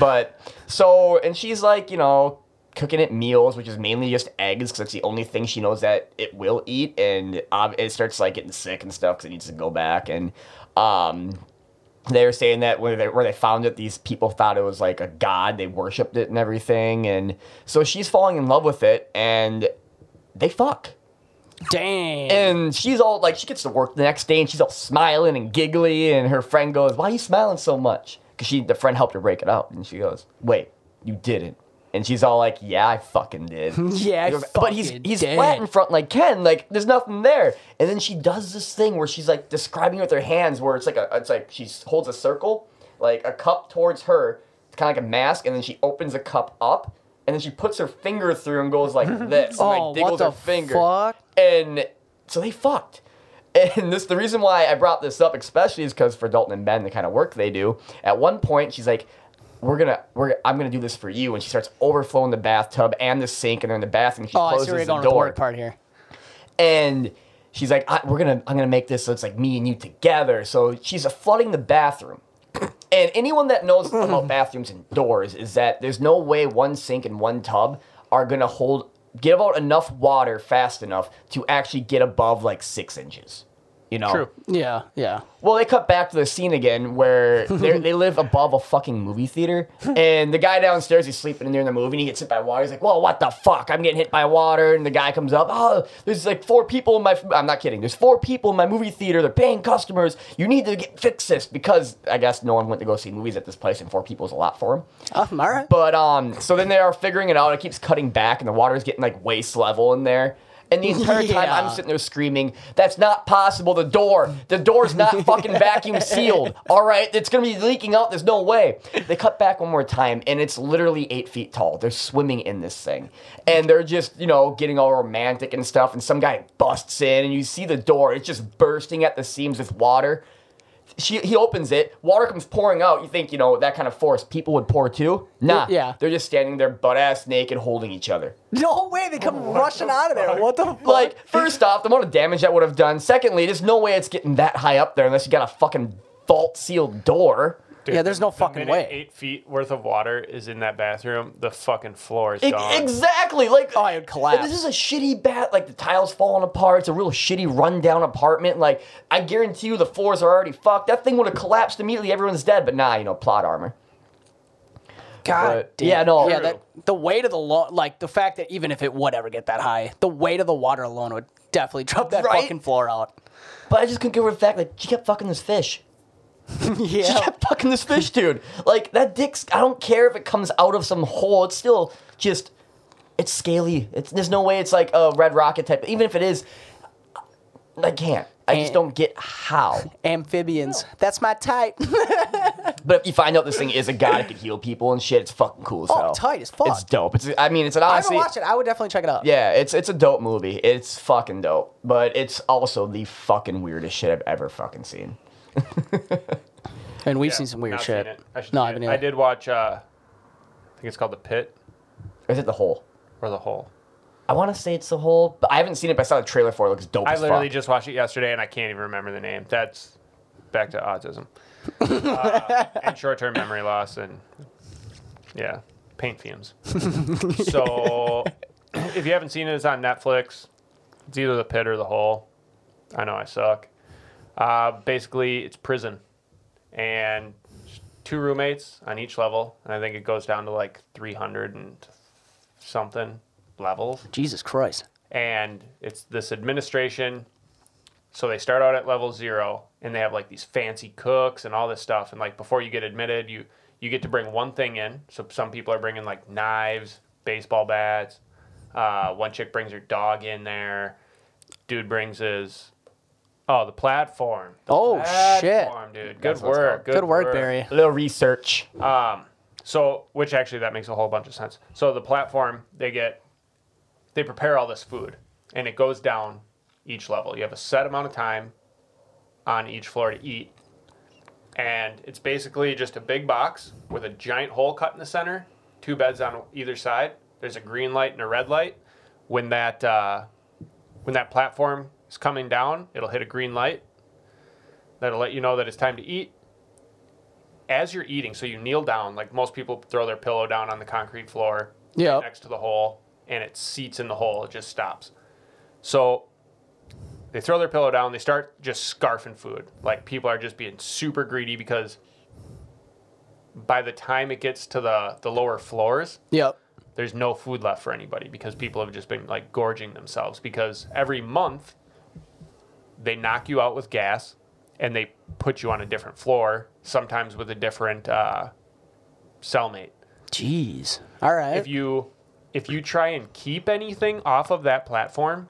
S1: But so and she's like you know cooking it meals, which is mainly just eggs because that's the only thing she knows that it will eat. And um, it starts like getting sick and stuff because it needs to go back. And um, they were saying that where they, where they found it, these people thought it was like a god. They worshipped it and everything. And so she's falling in love with it, and they fuck.
S3: Dang.
S1: And she's all like, she gets to work the next day, and she's all smiling and giggly. And her friend goes, "Why are you smiling so much?" Because she, the friend, helped her break it out, and she goes, "Wait, you didn't." And she's all like, "Yeah, I fucking did."
S3: Yeah, I
S1: He goes, but he's
S3: fucking
S1: he's
S3: did."
S1: flat in front like Ken, like there's nothing there. And then she does this thing where she's like describing it with her hands, where it's like a it's like she holds a circle, like a cup towards her, it's kind of like a mask, and then she opens a cup up, and then she puts her finger through and goes like this, and
S3: Oh,
S1: like diggles
S3: what the
S1: her finger.
S3: fuck?
S1: And so they fucked. And this the reason why I brought this up, especially, is because for Dalton and Ben, the kind of work they do. At one point, she's like, "We're gonna, we're, I'm gonna do this for you," and she starts overflowing the bathtub and the sink, and they're in the bathroom. and She
S3: Oh, I
S1: closes
S3: see where you're
S1: the
S3: going with the
S1: door
S3: word part here.
S1: and she's like, I, "We're gonna, I'm gonna make this so it's like me and you together." So she's flooding the bathroom, and anyone that knows about bathrooms and doors is that there's no way one sink and one tub are gonna hold give out enough water fast enough to actually get above like six inches. You know,
S2: True.
S3: Yeah, yeah.
S1: well, they cut back to the scene again where they're- they live above a fucking movie theater, and the guy downstairs he's sleeping in there in the movie, and he gets hit by water. He's like, "Well, what the fuck? I'm getting hit by water!" And the guy comes up, "Oh, there's like four people in my. I'm not kidding. There's four people in my movie theater. They're paying customers. You need to get fix this because I guess no one went to go see movies at this place, and four people is a lot for him.
S3: Oh, all right.
S1: But um, so then they are figuring it out. It keeps cutting back, and the water's getting like waist level in there. And the entire time
S3: Yeah.
S1: I'm sitting there screaming, "That's not possible! The door, the door's not fucking vacuum sealed. All right, it's gonna be leaking out. There's no way." They cut back one more time, and it's literally eight feet tall. They're swimming in this thing, and they're just you know getting all romantic and stuff. And some guy busts in, and you see the door. It's just bursting at the seams with water she he opens it, water comes pouring out. You think, you know, that kind of force people would pour too? Nah.
S3: Yeah.
S1: They're just standing there butt ass naked holding each other.
S3: No way they come rushing out of there. Oh, What the fuck?
S1: Like, first off, the amount of damage that would have done. Secondly, there's no way it's getting that high up there unless you got a fucking vault sealed door.
S3: yeah, there's no
S2: The
S3: fucking
S2: minute
S3: way.
S2: Eight feet worth of water is in that bathroom. The fucking floor is
S1: E-
S2: gone.
S1: Exactly. Like
S3: Oh, it would collapse.
S1: This is a shitty bat. Like the tiles falling apart. It's a real shitty rundown apartment. Like I guarantee you, the floors are already fucked. That thing would have collapsed immediately. Everyone's dead. But nah, you know, plot armor.
S3: God
S1: But-
S3: damn.
S1: yeah, no.
S3: Yeah,
S1: True.
S3: that, the weight of the lo- like the fact that even if it would ever get that high, the weight of the water alone would definitely drop that
S1: Right?
S3: fucking floor out.
S1: But I just couldn't get over the fact that she kept fucking this fish. She
S3: yeah.
S1: kept fucking this fish, dude. Like that dick's. I don't care if it comes out of some hole. It's still just. It's scaly. It's there's no way it's like a red rocket type. Even if it is, I can't. I just
S3: Eh.
S1: don't get how.
S3: Amphibians. That's my type.
S1: But if you find out this thing is a god that can heal people and shit, it's fucking cool as
S3: Oh,
S1: hell.
S3: tight as fuck.
S1: It's dope. It's. I mean, it's an
S3: I haven't
S1: honestly.
S3: watched it. I would definitely check it out.
S1: Yeah, it's it's a dope movie. It's fucking dope. But it's also the fucking weirdest shit I've ever fucking seen.
S3: And we've
S2: Yeah,
S3: seen some weird
S2: not
S3: shit.
S2: seen it. I should
S3: no,
S2: see
S3: I haven't
S2: it.
S3: either.
S2: I did watch. Uh, I think it's called the Pit
S1: Or is it the hole?
S2: or the Hole.
S1: I want to say it's the hole, but I haven't seen it. But I saw the trailer for it. it looks dope.
S2: I
S1: as
S2: literally
S1: fuck.
S2: just watched it yesterday, and I can't even remember the name. That's back to autism uh, and short-term memory loss, and yeah, paint fumes. so, if you haven't seen it, it's on Netflix. It's either the pit or the hole. I know I suck. Uh, basically, it's prison, and two roommates on each level, and I think it goes down to like 300 and something levels
S3: Jesus Christ.
S2: and it's this administration. So they start out at level zero, and they have like these fancy cooks and all this stuff. And like before you get admitted, you you get to bring one thing in. So some people are bringing like knives, baseball bats. Uh, one chick brings her dog in there. Dude brings his oh the platform. The
S3: Oh, shit.
S2: platform, dude. Good
S1: That's what it's
S2: work.
S1: called.
S3: Good work, Barry.
S1: a little research.
S2: So, which actually that makes a whole bunch of sense. So the platform they get, they prepare all this food, and it goes down each level. You have a set amount of time on each floor to eat, and it's basically just a big box with a giant hole cut in the center, two beds on either side. There's a green light and a red light. When that uh, when that platform is coming down, it'll hit a green light. That'll let you know that it's time to eat as you're eating, so you kneel down, like most people throw their pillow down on the concrete floor
S3: Yep.
S2: right next to the hole, and it seats in the hole. It just stops. So they throw their pillow down. They start just scarfing food. Like people are just being super greedy because by the time it gets to the, the lower floors,
S3: Yep.
S2: there's no food left for anybody because people have just been like gorging themselves because every month they knock you out with gas and they put you on a different floor sometimes with a different uh, cellmate
S3: Jeez. All right.
S2: if you if you try and keep anything off of that platform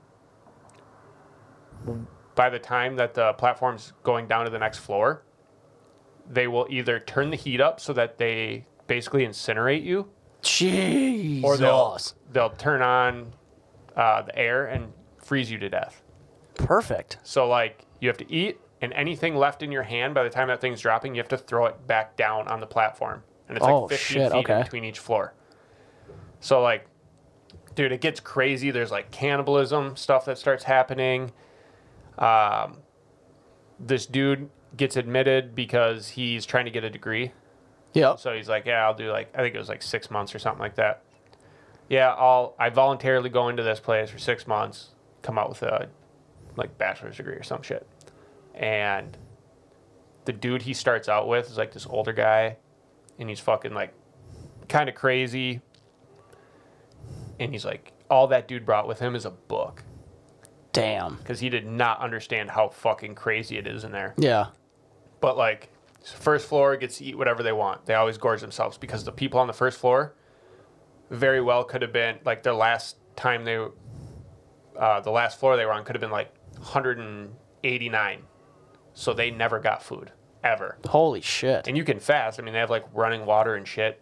S2: by the time that the platform's going down to the next floor they will either turn the heat up so that they basically incinerate you
S3: Jesus.
S2: or they'll they'll turn on uh, the air and freeze you to death.
S3: Perfect.
S2: So like you have to eat, and anything left in your hand by the time that thing's dropping, you have to throw it back down on the platform, and it's
S3: Oh,
S2: like 15
S3: shit,
S2: feet
S3: okay.
S2: in between each floor. So like, dude, it gets crazy. There's like cannibalism stuff that starts happening. Um, this dude gets admitted because he's trying to get a degree.
S3: Yep.
S2: So he's like, yeah, I'll do like I think it was like six months or something like that. Yeah, I'll I voluntarily go into this place for six months, come out with a like bachelor's degree or some shit. And the dude he starts out with is like this older guy, and he's fucking like kind of crazy. And he's like, all that dude brought with him is a book
S3: Damn.
S2: because he did not understand how fucking crazy it is in there.
S3: Yeah.
S2: But like first floor gets to eat whatever they want. They always gorge themselves because the people on the first floor very well could have been like their last time they uh, the last floor they were on could have been like 189. So they never got food ever.
S3: Holy shit.
S2: And you can fast. I mean, they have like running water and shit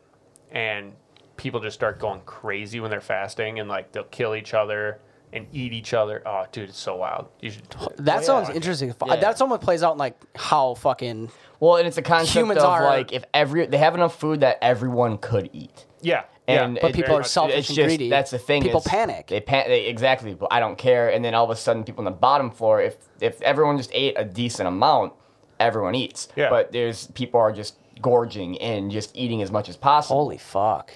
S2: and people just start going crazy when they're fasting and like they'll kill each other and eat each other. Oh, dude, it's so wild. You should
S3: That sounds
S2: Yeah.
S3: interesting. Fu-
S1: Yeah.
S3: That's almost plays out in like how fucking
S1: Well, and it's a concept
S3: Humans
S1: of
S3: are-
S1: like if every they have enough food that everyone could eat.
S2: Yeah.
S1: And
S2: yeah.
S3: But
S1: it-
S3: people
S2: very
S3: are
S2: much-
S3: selfish
S1: it's
S3: and
S1: just,
S3: greedy.
S1: That's the thing.
S3: People
S1: is
S3: panic.
S1: They panic. They, exactly. But I don't care. And then all of a sudden, people on the bottom floor, if if everyone just ate a decent amount, everyone eats.
S2: Yeah.
S1: But there's people are just gorging and just eating as much as possible.
S3: holy fuck.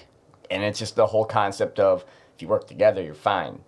S1: And it's just the whole concept of if you work together, you're fine.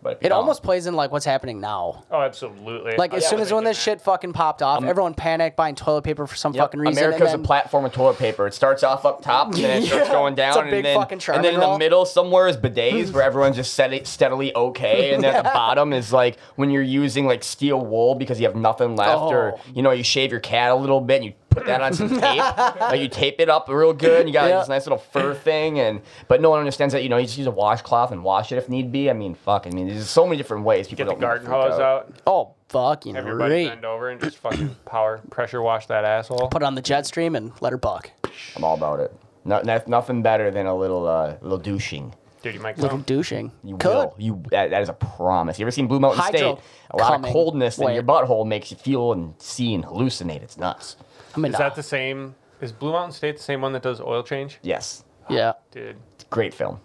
S1: But if you
S3: It
S1: don't-
S3: almost plays in like what's happening now.
S2: Oh, absolutely.
S3: Like
S2: I
S3: as
S2: was
S3: soon as when
S2: thinking
S3: this
S2: that.
S3: shit fucking popped off, everyone panicked buying toilet paper for some
S1: Yep.
S3: fucking reason.
S1: America's
S3: and
S1: a
S3: then-
S1: platform of toilet paper. It starts off up top, and then it starts
S3: Yeah.
S1: going down,
S3: It's a big
S1: and then
S3: fucking
S1: and then in
S3: triangle.
S1: the middle somewhere is bidets where everyone's just steady, steadily okay, and then at the bottom is like when you're using like steel wool because you have nothing left, or
S3: Oh.
S1: you know you shave your cat a little bit and you put that on some tape, like you tape it up real good, and you got
S3: Yeah.
S1: like, this nice little fur thing, and but no one understands that you know you just use a washcloth and wash it if need be. I mean, fuck, I mean there's so many different ways people
S2: Get the
S1: don't really
S2: garden
S1: freak
S2: hose out.
S3: oh fucking
S2: Everybody
S3: great.
S2: bend over and just fucking power pressure wash that asshole.
S3: Put it on the jet stream and let her buck.
S1: I'm all about it. No, no- nothing better than a little uh, little douching.
S2: Dude, you might
S3: Little
S2: come.
S3: douching.
S1: You
S3: Could.
S1: will. You that, that is a promise. You ever seen Blue Mountain
S3: Hydro
S1: State? A lot
S3: coming.
S1: of coldness
S3: Wait.
S1: in your butthole makes you feel and see and hallucinate. It's nuts.
S3: I mean,
S2: Is that the same? Is Blue Mountain State the same one that does oil change?
S1: Yes,
S3: yeah.
S2: Dude,
S1: great film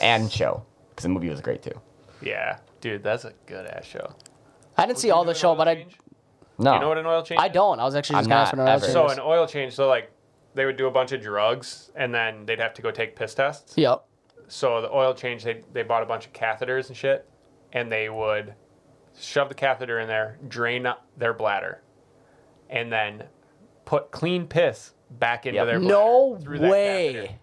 S1: and show because the movie was great too.
S2: yeah, dude, that's a good ass show.
S3: I didn't see all the show, but I
S1: No,
S2: You know what an oil change?
S3: I don't. I was actually
S1: I'm
S3: just gonna
S1: not
S3: ask when I was
S1: ever.
S2: So
S3: doing
S2: an oil change, so like they would do a bunch of drugs and then they'd have to go take piss tests.
S3: this. Yep.
S2: So the oil change, they they bought a bunch of catheters and shit, and they would shove the catheter in there, drain up their bladder, and then put clean piss back into
S1: Yep.
S2: their bladder
S3: No
S2: through that catheter.
S3: way.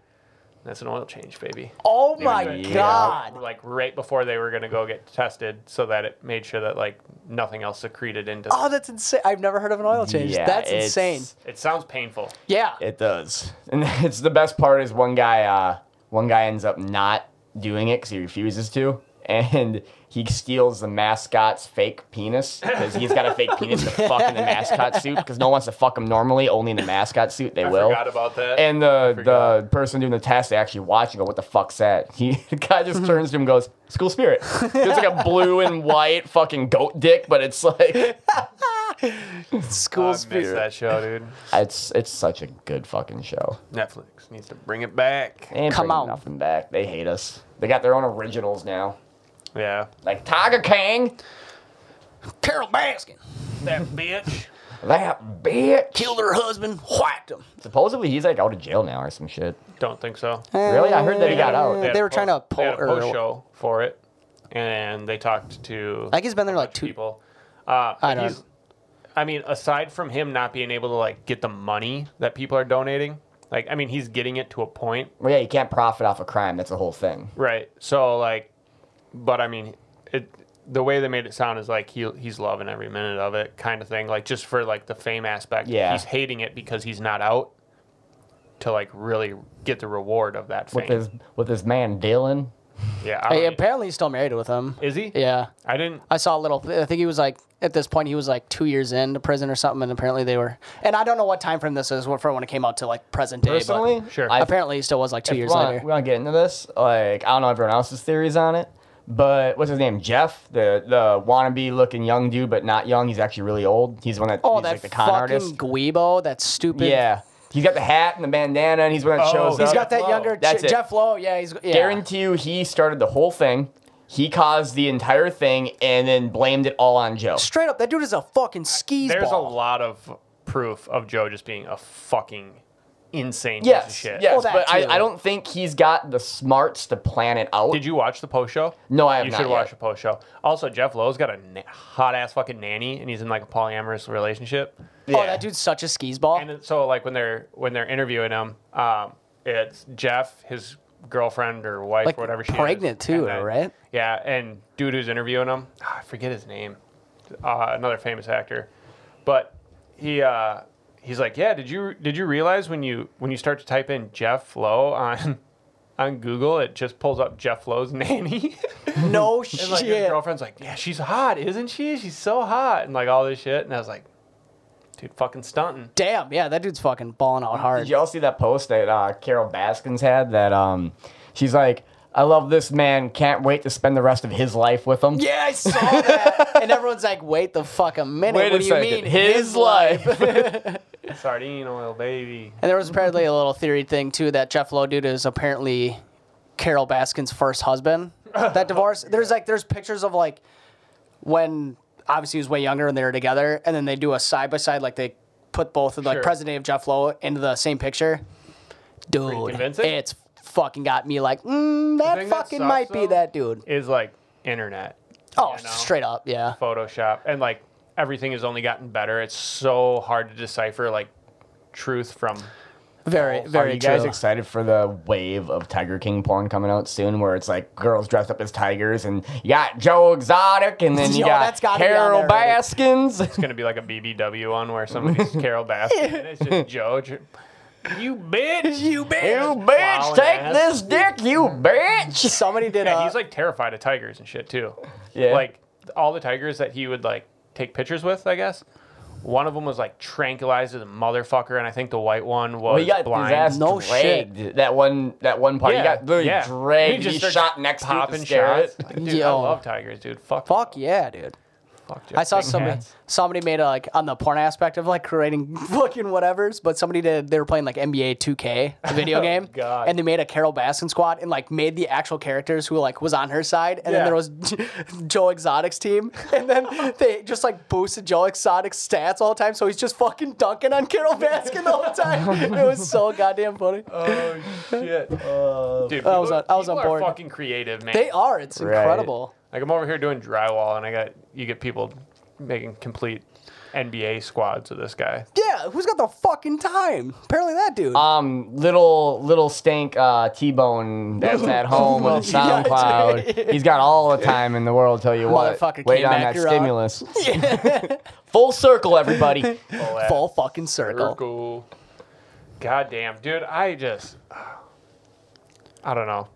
S2: That's an oil change, baby.
S3: Oh my
S1: Yeah.
S3: god.
S2: Like right before they were gonna go get tested, so that it made sure that like nothing else secreted into.
S3: Oh, that's insane. I've never heard of an oil change.
S1: Yeah,
S3: that's
S1: it's-
S3: insane.
S2: It sounds painful.
S3: Yeah.
S1: It does, and it's the best part is one guy. Uh, one guy ends up not doing it because he refuses to, and he steals the mascot's fake penis because he's got a fake penis to fuck in the mascot suit because no one wants to fuck him normally. Only in the mascot suit they
S2: I
S1: will.
S2: forgot about that.
S1: And the
S2: forgot.
S1: the person doing the test, they actually watch and go, "What the fuck's that?" He the guy just turns to him, and goes, "School spirit." It's like a blue and white fucking goat dick, but it's like
S3: School
S2: I miss
S3: spirit.
S2: that show, dude.
S1: it's it's such a good fucking show.
S2: Netflix needs to bring it back.
S1: And
S3: Come
S1: Come
S3: on.
S1: on, nothing back. They hate us. They got their own originals now,
S2: Yeah,
S1: like Tiger King.
S3: Carol Baskin
S2: that bitch.
S1: That bitch.
S3: killed her husband, whacked him.
S1: Supposedly he's like out of jail now or some shit.
S2: Don't think so.
S1: Really? I heard that he got
S3: Uh,
S1: out.
S3: they were trying to pull-
S2: They had a
S3: or-
S2: post show for it, and they talked to
S3: Like he's been there like two.
S2: people. Uh,
S3: I don't-
S2: he's- I mean, aside from him not being able to like get the money that people are donating, like I mean, he's getting it to a point,
S1: Well, yeah, you can't profit off a crime. That's the whole thing.
S2: right? So like, but I mean, it the way they made it sound is like he he's loving every minute of it, kind of thing. Like just for like the fame aspect,
S1: Yeah.
S2: He's hating it because he's not out to like really get the reward of that fame.
S1: With his with his man Dylan.
S2: Yeah. I
S3: Hey,
S2: don't- e-
S3: apparently, he's still married with him.
S2: is he?
S3: Yeah.
S2: I didn't.
S3: I saw a little. I think he was like at this point he was like two years into prison or something, and apparently they were. And I don't know what time frame this is from when it came out to like present day. but
S1: Personally,
S2: Sure.
S1: I
S3: apparently he still was like two years
S1: we wanna,
S3: later.
S1: We want to get into this. Like, I don't know everyone else's theories on it, but what's his name? Jeff, the the wannabe looking young dude, but not young. He's actually really old. He's the one that
S3: Oh,
S1: he's
S3: that
S1: like the con
S3: fucking
S1: artist.
S3: Guibo, that stupid.
S1: yeah, he's got the hat and the bandana, and he's the one that
S2: Oh,
S1: shows
S3: he's
S1: up.
S3: got that
S2: Jeff Lowe.
S3: younger
S1: That's it.
S3: Jeff Lowe. Yeah, he's yeah.
S1: Guarantee you, he started the whole thing. He caused the entire thing, and then blamed it all on Joe.
S3: Straight up, that dude is a fucking skis
S2: There's
S3: ball.
S2: a lot of proof of Joe just being a fucking insane piece of
S1: Yes,
S2: shit.
S1: yes,
S3: Well, that
S1: but
S3: too.
S1: I, I don't think he's got the smarts to plan it out.
S2: Did you watch the post show?
S1: No, I have
S2: You
S1: not
S2: should
S1: yet.
S2: watch the post show. Also, Jeff Lowe's got a na- hot ass fucking nanny, and he's in like a polyamorous relationship.
S3: Oh, that dude's such a skis ball.
S2: And then- so, like when they're when they're interviewing him, um, it's Jeff, his girlfriend or wife
S3: Like,
S2: or whatever she
S3: pregnant,
S2: is,
S3: too,
S2: and then-
S3: right?
S2: Yeah, and dude who's interviewing him, ah, I forget his name, uh, another famous actor, but he uh, he's like, yeah, did you did you realize when you when you start to type in Jeff Lowe on on Google, it just pulls up Jeff Lowe's nanny.
S3: no
S2: And like your
S3: shit.
S2: girlfriend's like, yeah, she's hot, isn't she? She's so hot, and like all this shit. And I was like, dude, fucking stunting.
S3: Damn, yeah, that dude's fucking balling out hard.
S1: Did y'all see that post that uh, Carol Baskins had? That um, she's like, "I love this man. Can't wait to spend the rest of his life with him."
S3: Yeah, I saw that. and everyone's like, wait the fuck a minute.
S1: Wait
S3: what
S1: a
S3: do you
S1: second.
S3: mean?
S1: His life.
S2: Sardine oil, baby.
S3: and there was apparently a little theory thing, too, that Jeff Lowe dude is apparently Carol Baskin's first husband. That divorce. There's like, there's pictures of like when obviously he was way younger and they were together. And then they do a side by side, like they put both of like
S2: Sure.
S3: President of Jeff Lowe into the same picture. Dude,
S2: convincing?
S3: it's fucking got me like, mm, that
S2: thing that
S3: fucking
S2: sucks,
S3: might
S2: though,
S3: be that dude.
S2: Is like internet,
S3: Oh,
S2: you know?
S3: straight up, yeah.
S2: Photoshop, and like everything has only gotten better. It's so hard to decipher like truth from.
S3: Very, very
S1: Are you
S3: true.
S1: guys excited for the wave of Tiger King porn coming out soon, where it's like girls dressed up as tigers, and you got Joe Exotic, and then you
S3: Yo, that's
S1: got
S3: gotta be on
S1: Carol
S3: there already.
S1: Baskins.
S2: It's gonna be like a BBW one where somebody's Carol Baskin. And it's just Joe. J- You bitch.
S3: you
S1: you
S3: bitch.
S1: bitch,
S2: Plowing
S1: take this
S2: ass.
S1: dick, you bitch.
S3: Somebody did
S2: Yeah,
S3: a.
S2: he's like terrified of tigers and shit too.
S1: Yeah.
S2: Like all the tigers that he would like take pictures with, I guess. One of them was like tranquilized as a motherfucker, and I think the white one was
S1: Well, he got
S2: blind.
S1: his ass
S3: No
S1: dragged. That one, that one part, he Oh, got literally
S2: yeah.
S1: dragged. He,
S2: starts
S1: shot next to you to
S2: popping
S1: stare at
S2: shots.
S1: it.
S2: Like, dude, I
S3: Yo.
S2: love tigers, dude. Fuck,
S3: Fuck yeah, dude.
S2: fuck
S3: I saw
S2: Big
S3: somebody
S2: hats.
S3: somebody made a like on the porn aspect of like creating fucking whatevers, but somebody did they were playing like NBA 2K, the video game,
S2: Oh, God.
S3: and they made a Carol Baskin squad and like made the actual characters who like was on her side, and
S2: Yeah.
S3: then there was Joe Exotic's team, and then they just like boosted Joe Exotic's stats all the time, so he's just fucking dunking on Carol Baskin all the time. it was so goddamn funny.
S2: Oh shit, dude.
S3: I was
S2: people-
S3: on- I was
S2: people
S3: on
S2: are
S3: board.
S2: fucking creative, man.
S3: they are. It's
S1: Right.
S3: incredible.
S2: Like I'm over here doing drywall, and I got you get people making complete NBA squads of this guy.
S3: Yeah, who's got the fucking time? Apparently that dude.
S2: Uh,
S1: um, little little stank uh, T Bone that's at home with
S3: Yeah,
S1: SoundCloud. He's got all the time in the world. Tell you what,
S3: Motherfucker
S1: wait
S3: came
S1: on
S3: back
S1: that
S3: around.
S1: stimulus. Full circle, everybody.
S3: Full fucking circle.
S2: Urkel. God damn, dude. I just, I don't know.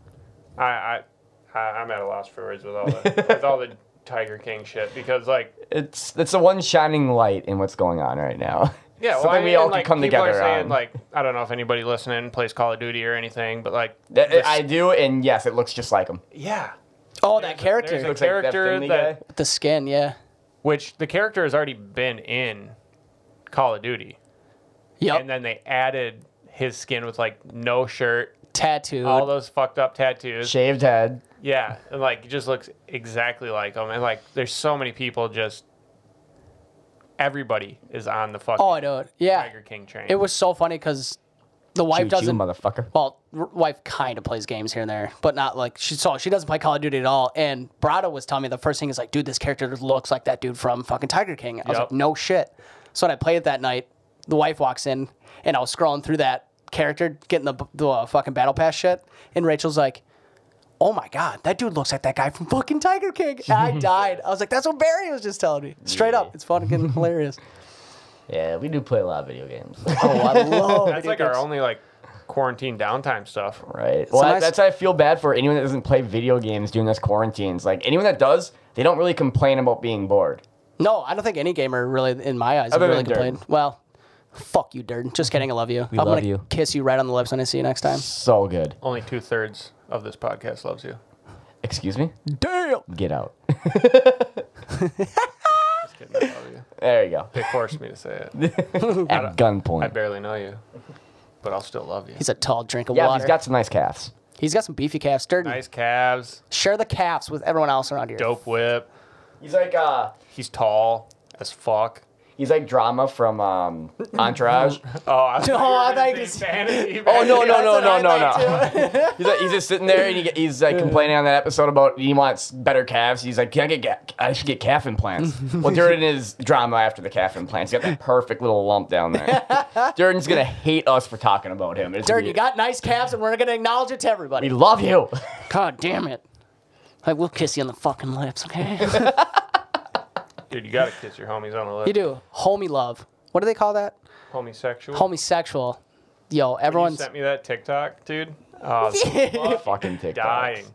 S2: I, I, I I'm at a loss for words with all the with all the Tiger King shit because like
S1: It's it's the one shining light in what's going on right now.
S2: yeah, well,
S1: something
S2: I
S1: we
S2: mean,
S1: all
S2: like,
S1: can come
S2: people
S1: together
S2: Are saying,
S1: on.
S2: Like I don't know if anybody listening plays Call of Duty or anything, but like
S1: That-
S2: this-
S1: Uh, I do, and yes, it looks just like him.
S2: yeah,
S3: Oh, that character.
S2: there's a
S1: Looks like that
S2: character
S1: Finley
S2: that,
S1: guy.
S3: The skin, yeah.
S2: which the character has already been in Call of Duty,
S3: Yep.
S2: and then they added his skin with like no shirt,
S3: Tattooed.
S2: all those fucked up tattoos.
S1: Shaved head.
S2: Yeah, and like it just looks exactly like him, and like there's so many people just. Everybody is on the fucking
S3: oh, I know it. Yeah.
S2: Tiger King train.
S3: It was so funny because the wife
S1: Choo-choo,
S3: doesn't.
S1: motherfucker.
S3: well, r- wife kind of plays games here and there, but not like she. So she doesn't play Call of Duty at all. And Brado was telling me the first thing is like, dude, this character looks like that dude from fucking Tiger King. I was
S2: Yep.
S3: like, no shit. So when I played it that night, the wife walks in, and I was scrolling through that character, getting the the uh, fucking battle pass shit, and Rachel's like. Oh my God, that dude looks like that guy from fucking Tiger King. And I died. I was like, that's what Barry was just telling me. Straight up. It's fucking hilarious.
S1: Yeah, we do play a lot of video games.
S3: Oh, I love
S2: That's like our only like quarantine downtime stuff.
S1: Right. Well,
S3: Sometimes-
S1: that's I feel bad for anyone that doesn't play video games during this quarantines. Like anyone that does, they don't really complain about being bored.
S3: No, I don't think any gamer really, in my eyes,
S1: Other
S3: really
S1: than Dirk.
S3: complained. Well, fuck you, Dirt. Just kidding. I love you. We I'm
S4: love
S3: gonna
S4: you.
S3: Kiss you right on the lips when I see you next time.
S1: So good.
S2: Only two thirds of this podcast loves you.
S1: Excuse me.
S3: Damn.
S1: Get out.
S2: Just kidding, I love you.
S1: There you go.
S2: They forced me to say it.
S1: At
S2: I
S1: gunpoint.
S2: barely know you, but I'll still love you.
S3: He's a tall drink of
S1: Yeah,
S3: water.
S1: he's got some nice calves.
S3: some beefy calves. Dirt.
S2: Nice calves,
S3: Share the calves with everyone else around here.
S2: dope whip.
S1: He's like uh,
S2: He's tall as fuck.
S1: he's like drama from um, Entourage.
S2: Oh, I,
S3: No, I thought you said-
S2: fantasy.
S1: Oh no no
S3: That's
S1: no
S3: what
S1: no
S3: I
S1: no
S3: thought,
S1: no! he's, like, he's just sitting there and he, get- he's like complaining on that episode about he wants better calves. He's like, can I get ga- I should get calf implants. well, Durden is drama after the calf implants. He got that perfect little lump down there. Durden's gonna hate us for talking about him. It's
S3: Dirt,
S1: weird.
S3: you got nice calves, and we're gonna acknowledge it to everybody.
S1: We love you.
S3: God damn it. I will kiss you on the fucking lips, okay?
S2: Dude, you gotta kiss your homies on the lips.
S3: you do. Homie love. What do they call that?
S2: Homosexual.
S3: Homosexual. Yo,
S2: you
S3: everyone's.
S2: sent me that TikTok, dude. Oh, fuck,
S1: Fucking TikTok.
S2: dying.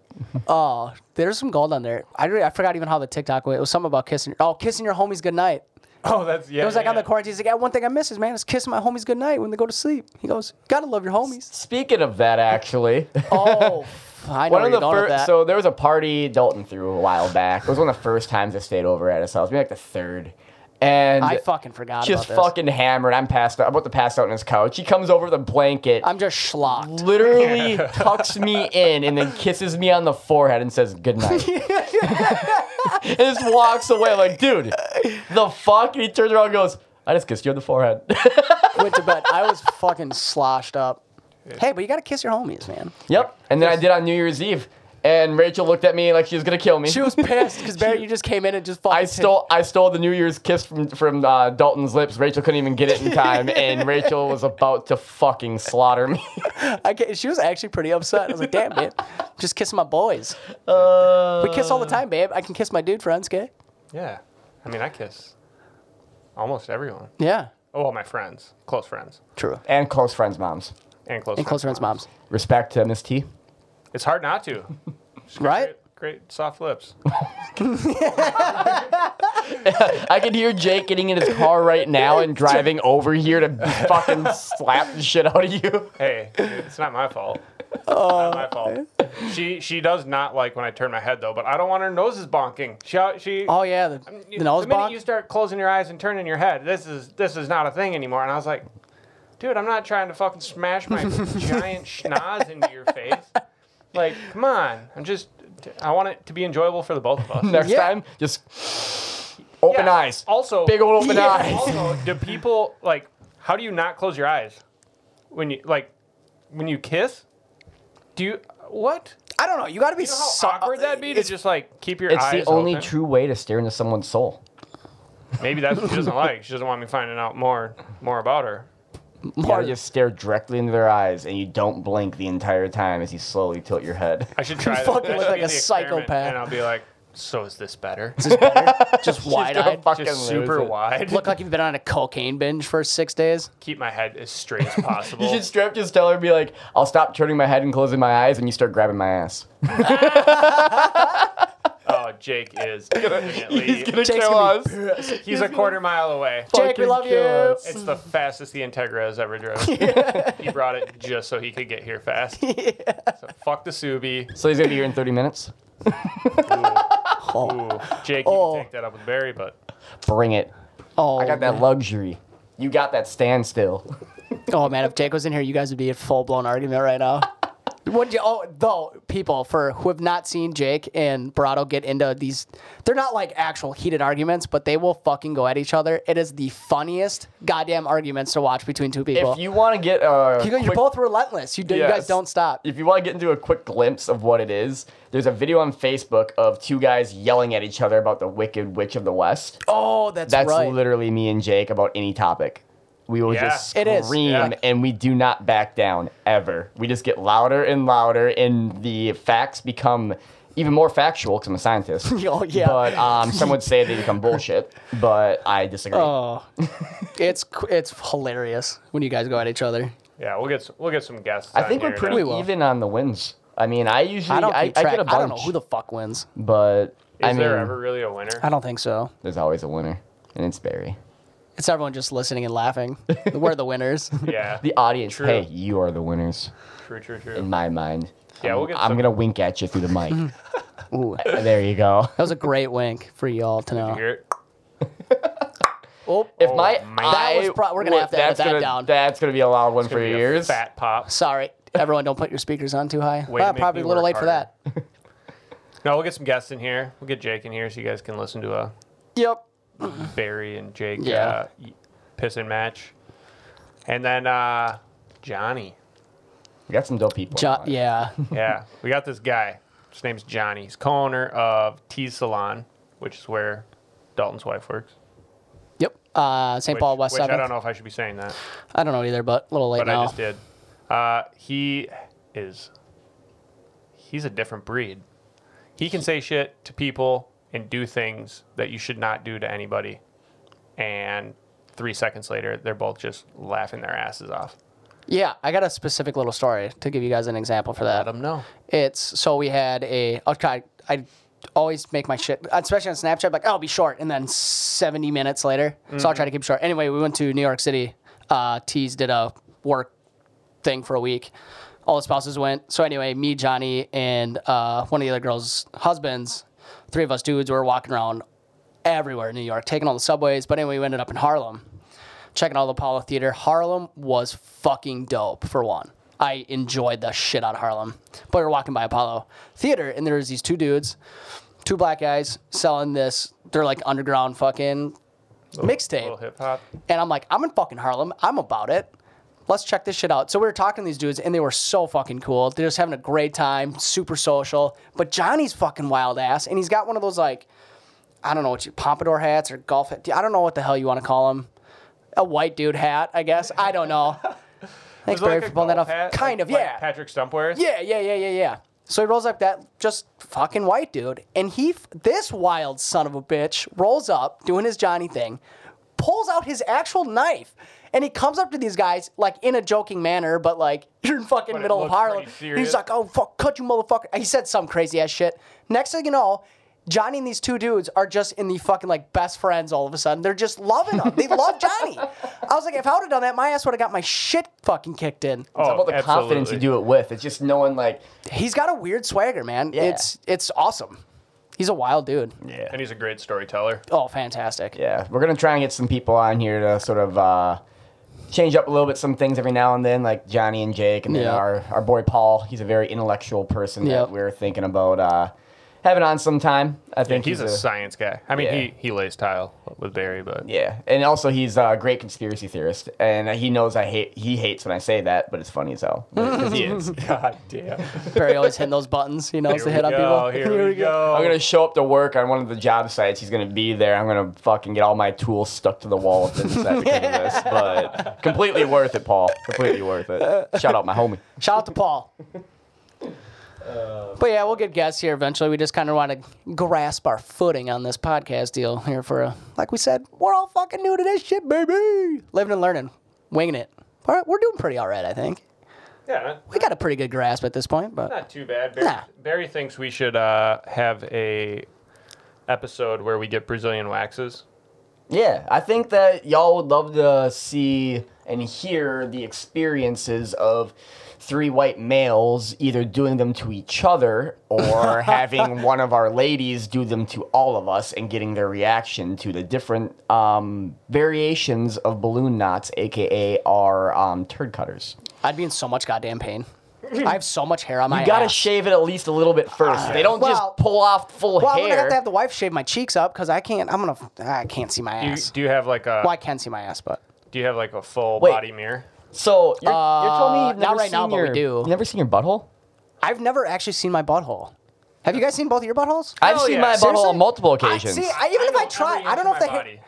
S3: Oh, there's some gold on there. I, really, I forgot even how the TikTok went. It was something about kissing. Oh, kissing your homies goodnight.
S2: Oh, that's yeah.
S3: It was like
S2: yeah.
S3: on the quarantine. He's like, yeah, one thing I miss is, man, is kissing my homies goodnight when they go to sleep. He goes, gotta love your homies.
S1: Speaking of that, actually.
S3: Oh, I know
S1: One
S3: where
S1: of
S3: you're
S1: the
S3: going with
S1: first,
S3: that.
S1: so there was a party Dalton threw a while back. It was one of the first times I stayed over at his house. Maybe like the third, and
S3: I fucking forgot
S1: just
S3: about this.
S1: fucking hammered. I'm passed out. I'm about to pass out on his couch. He comes over with a blanket,
S3: I'm just schlocked.
S1: literally tucks me in, and then kisses me on the forehead and says good night. and just walks away. I'm like, dude, the fuck? And he turns around and goes, I just kissed you on the forehead.
S3: Went to bed. I was fucking sloshed up. Hey, but you gotta kiss your homies, man.
S1: yep. And then I did on New Year's Eve, and Rachel looked at me like she was gonna kill me.
S3: She was pissed because Barry, you just came in and just fucking.
S1: I stole I stole the New Year's kiss from from uh, Dalton's lips. Rachel couldn't even get it in time, and Rachel was about to fucking slaughter me.
S3: I ca- she was actually pretty upset. I was like, damn, babe. Just kissing my boys. we kiss all the time, babe. I can kiss my dude friends, okay?
S2: Yeah, I mean, I kiss almost everyone.
S3: Yeah.
S2: Oh, well, my friends, close friends,
S3: True.
S1: and close friends' moms.
S2: and close
S3: And close friends' moms.
S1: Respect to Miss T.
S2: It's hard not to.
S3: Right?
S2: Great, great soft lips.
S1: I could hear Jake getting in his car right now and driving over here to fucking slap the shit out of you.
S2: Hey, it's not my fault. It's
S3: Oh,
S2: not my fault. She she does not like when I turn my head though, but I don't want her noses bonking. She uh, she
S3: Oh, yeah. The, the nose
S2: minute
S3: bonk.
S2: you start closing your eyes and turning your head, this is this is not a thing anymore. And I was like, dude, I'm not trying to fucking smash my giant schnoz into your face. Like, come on. I'm just I want it to be enjoyable for the both of us.
S1: Next
S3: Yeah.
S1: time, just open
S2: Yeah.
S1: eyes.
S2: Also,
S1: Big old open
S3: Yeah.
S1: eyes.
S2: also, do people like how do you not close your eyes when you like when you kiss? Do you what?
S3: I don't know. You gotta be
S2: You know how
S3: so- uh,
S2: awkward that'd be to
S3: it's-
S2: just like keep your
S1: It's the
S2: eyes.
S1: only
S2: open?
S1: true way to stare into someone's soul.
S2: Maybe that's what she doesn't like. She doesn't want me finding out more more about her.
S1: You gotta just stare directly into their eyes, and you don't blink the entire time as you slowly tilt your head.
S2: I should try. that.
S3: fucking
S2: That
S3: look
S2: should
S3: like
S2: be
S3: a
S2: the experiment,
S3: psychopath.
S2: And I'll be like, so is this better?
S3: just wide
S1: Just
S3: eyed.
S1: gonna fucking
S2: Just
S1: lose
S2: super
S1: it.
S2: wide.
S3: Look like you've been on a cocaine binge for six days.
S2: keep my head as straight as possible.
S1: You should strip just tell her be like, I'll stop turning my head and closing my eyes and you start grabbing my ass.
S2: oh, Jake is definitely. He's,
S3: Jake's
S1: kill
S3: gonna
S1: us.
S2: a quarter mile away.
S3: Jake, we
S1: Fucking
S3: love
S1: kill
S3: you.
S1: us.
S2: It's the fastest the Integra has ever driven. he brought it just so he could get here fast. So fuck the Subi.
S1: So he's gonna be here in 30 minutes?
S2: Ooh, Jake,
S3: Oh.
S2: you can take that up with Barry, but
S1: Bring it.
S3: Oh,
S1: I got that luxury. You got that standstill.
S3: Oh man, if Jake was in here, you guys would be in full blown argument right now. Would you? Oh, though, people for who have not seen Jake and Barato get into these, they're not like actual heated arguments, but they will fucking go at each other. It is the funniest goddamn arguments to watch between two people.
S1: if you want to get uh,
S3: you, are
S1: quick-
S3: both relentless. You, do, you guys
S1: Yes.
S3: don't stop.
S1: If you want to get into a quick glimpse of what it is, there's a video on Facebook of two guys yelling at each other about the Wicked Witch of the West.
S3: Oh, that's,
S1: That's
S3: right.
S1: literally me and Jake about any topic. We will
S2: Yeah.
S1: just
S3: It is.
S1: scream
S2: Yeah.
S1: and we do not back down ever. We just get louder and louder and the facts become even more factual because I'm a scientist.
S3: Oh, yeah.
S1: But um, some would say they become bullshit, but I disagree.
S3: oh, it's qu- it's hilarious when you guys go at each other.
S2: Yeah, we'll get some, we'll get some guests.
S1: I
S2: on
S1: think we're
S2: here
S1: pretty
S2: to-
S3: We will.
S1: even on the wins. I mean, I usually
S3: I don't
S1: I,
S3: keep track. I,
S1: get a bunch,
S3: don't know who the fuck wins.
S1: but I
S2: Is
S1: mean,
S2: there ever really a winner?
S3: I don't think so.
S1: there's always a winner, and it's Barry.
S3: It's everyone just listening and laughing. We're the winners.
S2: Yeah.
S1: The audience,
S2: True.
S1: hey, you are the winners
S2: true, true,
S1: in
S2: true.
S1: my mind.
S2: Yeah,
S1: I'm,
S2: we'll get
S1: I'm
S2: some-
S1: gonna wink at you through the mic.
S3: Ooh, that
S1: there you go.
S3: was a great wink for y'all to
S2: You
S3: know.
S2: hear it?
S3: Oh,
S1: If my
S2: man.
S3: That was
S1: eye
S3: pro- we're gonna
S1: would-
S3: have to edit
S1: that's
S3: that
S1: gonna-
S3: down.
S1: That's gonna be a loud one for
S2: Gonna be
S1: your
S2: a
S1: ears.
S2: Fat pop.
S3: sorry, everyone, don't put your speakers on too high.
S2: Way to
S3: Ah,
S2: make
S3: probably
S2: me
S3: a little
S2: work
S3: late for that.
S2: No, we'll get some guests in here. We'll get Jake in here so you guys can listen to a
S3: Yep.
S2: Barry and Jake
S3: Yeah.
S2: uh, y- piss and match, and then uh, Johnny.
S1: We got some dope people.
S3: Jo-
S1: on it.
S3: yeah.
S2: Yeah, we got this guy. His name's Johnny. He's co-owner of T Salon, which is where Dalton's wife works.
S3: Yep. Uh, St.
S2: Which-
S3: Paul West
S2: which
S3: Seventh.
S2: I don't know if I should be saying that,
S3: I don't know either, but a little late
S2: but
S3: now.
S2: I just did. Uh, he is. He's a different breed. He can say shit to people and do things that you should not do to anybody, and three seconds later, they're both just laughing their asses off.
S3: Yeah, I got a specific little story to give you guys an example for that.
S2: Let them know.
S3: It's so we had a okay. I always make my shit, especially on Snapchat, like oh, I'll be short, and then seventy minutes later, so I'll try to keep short. Anyway, we went to New York City. Uh, Tees did a work thing for a week. All the spouses went. So anyway, me, Johnny, and uh, one of the other girls' husbands, three of us dudes, were walking around everywhere in New York, taking all the subways. But anyway, we ended up in Harlem, checking all the Apollo Theater. Harlem was fucking dope for one. I enjoyed the shit out of Harlem. But we were walking by Apollo Theater, and there was these two dudes, two black guys, selling this. They're like underground fucking
S2: little
S3: mixtape.
S2: hip hop.
S3: And I'm like, I'm in fucking Harlem. I'm about it. Let's check this shit out. So we were talking to these dudes, and they were so fucking cool. They're just having a great time, super social. But Johnny's fucking wild ass, and he's got one of those like, I don't know what you pompadour hats or golf. Hat, I don't know what the hell you want to call them. A white dude hat, I guess. I don't know.
S2: Is
S3: Thanks,
S2: it
S3: Barry,
S2: like a
S3: for pulling that
S2: golf
S3: off.
S2: hat,
S3: kind
S2: like-
S3: of,
S2: like
S3: yeah.
S2: Patrick Stump wears.
S3: Yeah, yeah, yeah, yeah, yeah. So he rolls up that just fucking white dude, and he, f- this wild son of a bitch, rolls up doing his Johnny thing, pulls out his actual knife, and he comes up to these guys like in a joking manner, but like you're in fucking
S2: But it
S3: middle of
S2: looked
S3: Harlem.
S2: pretty serious.
S3: He's like, "Oh fuck, cut you motherfucker!" He said some crazy ass shit. Next thing you know. Johnny and these two dudes are just in the fucking like best friends all of a sudden. They're just loving him. They love Johnny. I was like, if I would have done that, my ass would have got my shit fucking kicked in.
S1: It's about the confidence you
S2: Oh, absolutely.
S1: do it with. It's just knowing like,
S3: He's got a weird swagger, man. It's it's awesome. He's a wild dude.
S1: yeah,
S2: And he's a great storyteller.
S3: Oh, fantastic.
S1: yeah. We're gonna try and get some people on here to sort of uh, change up a little bit some things every now and then, like Johnny and Jake, and then
S3: Yeah.
S1: our our boy Paul. He's a very intellectual person
S3: Yeah.
S1: that we're thinking about uh, having on sometime. I think
S2: He's, a, science guy. I mean,
S1: Yeah.
S2: he, he lays tile with Barry, but
S1: Yeah, and also he's a great conspiracy theorist, and he knows I hate he hates when I say that, but it's funny as hell.
S2: Mm-hmm.
S1: 'Cause he is.
S2: God damn.
S3: Barry always hitting those buttons. He knows to hit on
S2: go,
S3: people.
S2: Here, we go.
S1: I'm gonna show up to work on one of the job sites. He's gonna be there. I'm gonna fucking get all my tools stuck to the wall of this set because of this. But completely worth it, Paul. Completely worth it. Shout out my homie.
S3: Shout out to Paul. But yeah, we'll get guests here eventually. We just kind of want to grasp our footing on this podcast deal here for a, like we said, we're all fucking new to this shit, baby. Living and learning, winging it. All right, we're doing pretty all right, I think.
S2: Yeah, man.
S3: We got a pretty good grasp at this point, but
S2: Not too bad. Barry,
S3: Nah.
S2: Barry thinks we should uh, have a episode where we get Brazilian waxes.
S1: Yeah, I think that y'all would love to see and hear the experiences of three white males either doing them to each other or having one of our ladies do them to all of us and getting their reaction to the different um, variations of balloon knots, aka our um, turd cutters.
S3: I'd be in so much goddamn pain. I have so much hair on my
S1: You gotta
S3: ass.
S1: shave it at least a little bit first. they don't
S3: Well-
S1: just pull off full
S3: Well, I'm
S1: hair.
S3: gonna have to have the wife shave my cheeks up because I can't. I'm gonna. I can't see my
S2: Do you,
S3: ass.
S2: do you have like a
S3: well, I can see my ass, but
S2: do you have like a full
S1: Wait.
S2: body mirror?
S1: so you're, you're telling me
S3: Uh,
S1: you've
S3: not
S1: never
S3: right now,
S1: seen
S3: but we
S1: your,
S3: do.
S1: You've never seen your butthole?
S3: I've never actually seen my butthole. Have you guys seen both of your buttholes?
S1: I've
S2: Hell
S1: seen
S2: yeah.
S1: my butthole
S3: Seriously?
S1: on multiple
S3: I-
S1: occasions.
S3: see, I, even if I
S2: know
S3: try,
S2: every
S3: I don't
S2: inch
S3: know
S2: of
S3: if
S2: my
S3: that.
S2: body.
S3: Hit,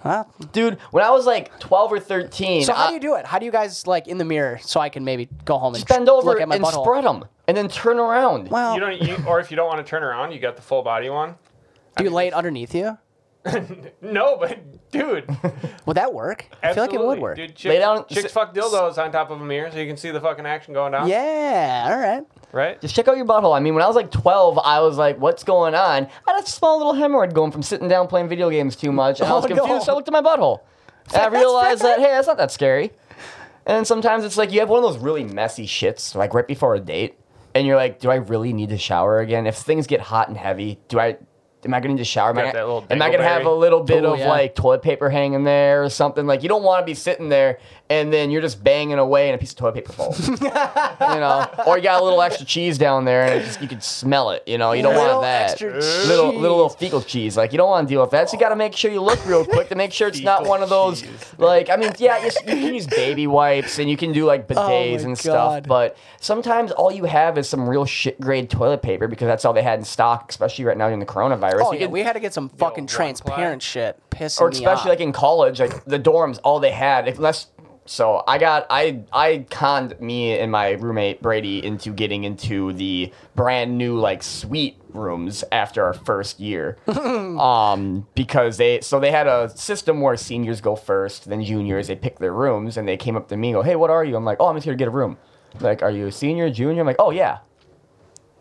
S3: huh?
S1: Dude, when I was like 12 or 13,
S3: So how
S1: I
S3: do you do it? How do you guys like in the mirror so I can maybe go home
S1: just
S3: and
S1: bend over
S3: look at my
S1: and
S3: butthole?
S1: spread them and then turn around.
S3: well,
S2: You don't, you, or if you don't want to turn around, you got the full body one.
S3: do you lay it underneath you?
S2: No, but dude,
S3: Would that work? I feel like it would
S2: absolutely.
S3: work.
S2: Dude, chicks,
S1: Lay down-
S2: chicks fuck dildos on top of them here, so you can see the fucking action going down.
S3: Yeah. All right.
S2: right.
S1: Just check out your butthole. I mean, when I was like 12, I was like, what's going on? I had a small little hemorrhoid going from sitting down playing video games too much. And I was
S3: Oh, no.
S1: confused, so I looked at my butthole. And I realized
S3: bad.
S1: that, hey, that's not that scary. And sometimes it's like you have one of those really messy shits, like right before a date, and you're like, do I really need to shower again? If things get hot and heavy, do I. Am I going to need to shower? Am I,
S2: Got that little
S1: am I going to have a
S2: dingleberry.
S1: little bit
S3: Oh,
S1: of
S3: yeah.
S1: like toilet paper hanging there or something? Like you don't want to be sitting there and then you're just banging away and a piece of toilet paper falls you know, or you got a little extra cheese down there, and it just, you can smell it. You know, you don't
S3: Little
S1: want that.
S3: extra
S1: little,
S3: cheese.
S1: little little fecal cheese. Like you don't want to deal with that. So you got to make sure you look real quick to make sure it's not
S2: Fecal
S1: one of those.
S2: cheese.
S1: Like I mean, yeah, you, s- you can use baby wipes and you can do like bidets
S3: Oh my
S1: and
S3: God.
S1: stuff, but sometimes all you have is some real shit grade toilet paper because that's all they had in stock, especially right now during the coronavirus.
S3: Oh
S1: You
S3: yeah,
S1: can-
S3: we had to get some fucking
S2: one
S3: transparent shit. Pissing
S1: or
S3: me
S1: especially
S3: off.
S1: like in college, like the dorms, all they had, if- unless. So I got I I conned me and my roommate Brady into getting into the brand new like suite rooms after our first year, um because they so they had a system where seniors go first, then juniors they pick their rooms, and they came up to me and go, hey, what are you? I'm like, oh, I'm just here to get a room. Like, are you a senior, junior? I'm like, oh yeah.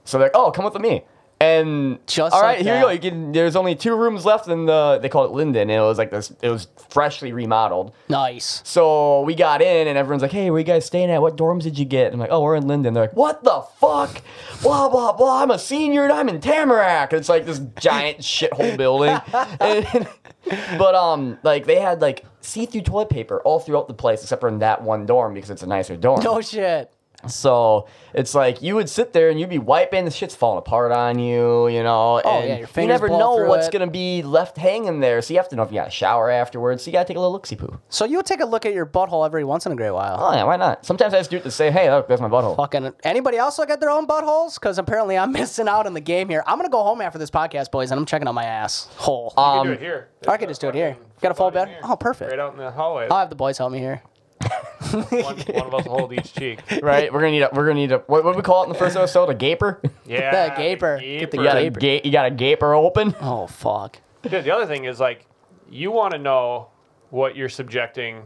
S1: So they're like, oh, come with me. And
S3: Just
S1: all
S3: like
S1: right, here you
S3: that.
S1: go. You can, there's only two rooms left in the they call it Linden, and it was like this. It was freshly remodeled.
S3: nice.
S1: So we got in, and everyone's like, "Hey, where you guys staying at? What dorms did you get?" I'm like, "Oh, we're in Linden." They're like, "What the fuck? Blah blah blah. I'm a senior, and I'm in Tamarack. It's like this giant shithole building." And- but um, like they had like see-through toilet paper all throughout the place, except for in that one dorm because it's a nicer dorm.
S3: No shit.
S1: So it's like you would sit there and you'd be wiping, the shit's falling apart on you, you know.
S3: Oh, yeah,
S1: and
S3: your
S1: you
S3: fingers
S1: never
S3: blow
S1: know
S3: through
S1: what's
S3: it.
S1: gonna be left hanging there. So you have to know if you got a shower afterwards. So you gotta take a little look see poo.
S3: So you take a look at your butthole every once in a great while.
S1: Oh yeah, why not? Sometimes I just do it to say, hey, look, there's my butthole.
S3: Fucking anybody else look at their own buttholes? Because apparently I'm missing out on the game here. I'm gonna go home after this podcast, boys, and I'm checking out my ass hole.
S2: You
S1: Um,
S2: can do it here.
S3: I could just do it here. Got a full bed? Oh, perfect. Oh,
S2: Right out in the hallway.
S3: I'll have the boys help me here.
S2: one, one of us will hold each cheek.
S1: right? We're gonna need a we're gonna need a what what we call it in the first episode? A gaper?
S2: Yeah.
S3: The gaper. Get the
S1: You got a
S3: Gaper.
S1: gate you got a gaper open?
S3: Oh fuck.
S2: Dude, the other thing is like, you want to know what you're subjecting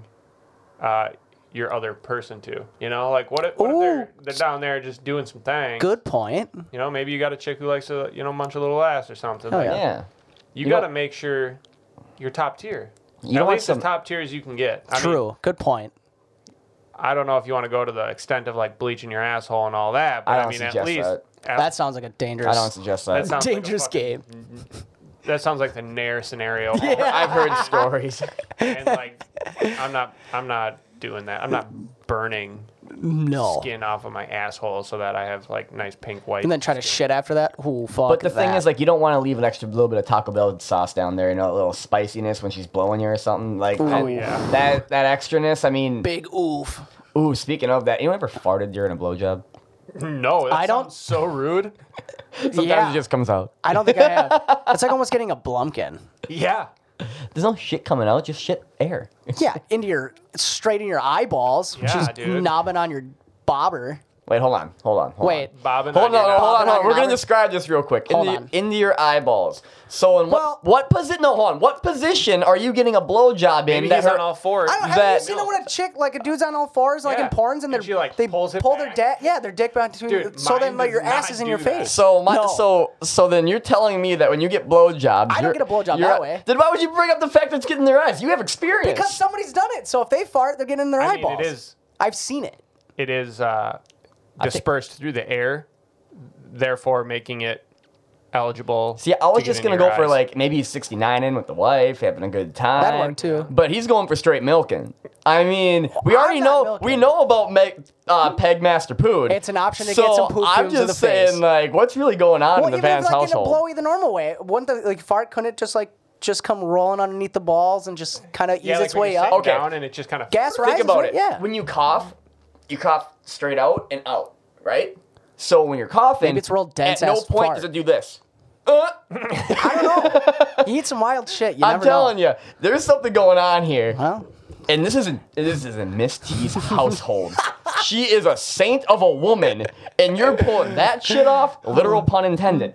S2: uh, your other person to. You know, like what if, what if
S3: Ooh.
S2: they're, they're down there just doing some thing?
S3: Good point.
S2: You know, maybe you got a chick who likes to you know munch a little ass or something.
S3: Oh,
S2: Like,
S3: yeah.
S1: Yeah.
S2: You,
S1: You
S2: got to
S1: don't-
S2: make sure you're top tier.
S1: You
S2: At
S1: don't want
S2: least
S1: some-
S2: as top tier as you can get. I mean,
S3: True. Good point.
S2: I don't know if you want to go to the extent of like bleaching your asshole and all that, but
S1: I
S2: I,
S1: don't
S2: mean, at
S1: suggest
S2: least
S1: that.
S2: at-
S3: That sounds like a dangerous
S1: I don't suggest that.
S2: that sounds like a
S3: dangerous
S2: fucking-
S3: game.
S2: That sounds like the Nair scenario.
S1: I've heard stories.
S2: and like, I'm not, I'm not doing that. I'm not burning
S3: No.
S2: skin off of my asshole so that I have like nice pink white.
S3: Oh. And then try to shit after that. Ooh, fuck.
S1: But the thing
S3: that.
S1: is, like, you don't want to leave an extra little bit of Taco Bell sauce down there, you know, a little spiciness when she's blowing you or something. Like that,
S2: yeah.
S1: that that extraness. I mean,
S3: big oof.
S1: ooh. Speaking of that, anyone ever farted during a blowjob?
S2: no, that
S3: I don't-
S2: sounds So rude.
S1: Sometimes
S3: Yeah.
S1: it just comes out.
S3: I don't think I have. it's like almost getting a blumpkin.
S2: Yeah.
S1: There's no shit coming out, just shit air.
S3: Yeah, into your straight in your eyeballs, which
S2: Yeah,
S3: is
S2: dude.
S3: knobbing on your bobber.
S1: Wait, hold on, hold on, hold
S3: Wait,
S1: on.
S2: Bob and
S1: Hold
S2: I
S1: on,
S2: did
S1: hold
S2: that.
S1: on,
S3: Bobbing
S1: hold
S3: on
S1: on. We're gonna
S3: your-
S1: describe this real quick.
S3: Hold
S1: into,
S3: on.
S1: into your eyeballs. So, in what
S3: Well-
S1: what position? No, hold on. What position are you getting a blowjob in?
S2: Maybe
S1: that
S2: he's
S1: her-
S2: on all fours.
S3: I don't, have
S1: That-
S3: you seen it when a chick like a dude's on all fours like
S2: Yeah.
S3: in porns and
S2: And
S3: they're
S2: she, like,
S3: they
S2: pulls it
S3: pull their
S2: back.
S3: da- yeah their dick back between uh,
S2: Dude,
S3: so then
S2: mine
S3: like your
S2: does
S3: ass
S2: not
S3: is in
S2: do
S3: your
S2: that.
S3: face.
S1: So my
S3: No.
S1: so so then you're telling me that when you get blowjobs,
S3: I don't
S1: you're-
S3: get a blowjob
S1: you're-
S3: that way.
S1: Then why would you bring up the fact that it's getting in their eyes? You have experience.
S3: because somebody's done it, so if they fart, they're getting in their
S2: I mean,
S3: eyeballs.
S2: it is.
S3: I've seen it.
S2: It is uh, dispersed through the air, therefore making it eligible.
S1: See, I was
S2: to get
S1: just
S2: into
S1: gonna
S2: your
S1: go for
S2: eyes.
S1: like maybe 69 in with the wife, having a good time.
S3: That'd work, too.
S1: But he's going for straight milking. I mean, we
S3: I'm
S1: already
S3: not
S1: know
S3: milking.
S1: we know about me- uh, Peg Master Pood.
S3: It's an option to
S1: so
S3: get some poo
S1: I'm
S3: fumes in
S1: just
S3: the
S1: saying,
S3: face.
S1: like, what's really going on
S3: Well,
S1: in the
S3: even if
S1: Vans
S3: like
S1: household?
S3: in a blowy the normal way, wouldn't the like fart couldn't it just like just come rolling underneath the balls and just kind of ease
S2: yeah, like
S3: its
S2: when
S3: way
S2: you
S3: up?
S2: sit
S1: Okay.
S2: down and it just kind of
S3: Gas rises.
S1: Think about
S3: right?
S1: it.
S3: Yeah.
S1: When you cough, you cough straight out and out, right? So when you're coughing,
S3: Maybe it's a real dense
S1: At no
S3: ass
S1: point
S3: fart.
S1: does it do this. Uh,
S3: you eat some wild shit. You
S1: I'm
S3: never
S1: telling
S3: know.
S1: you, there's something going on here.
S3: Well,
S1: And this isn't this is in Miss T's household. she is a saint of a woman, and you're pulling that shit off. Literal pun intended.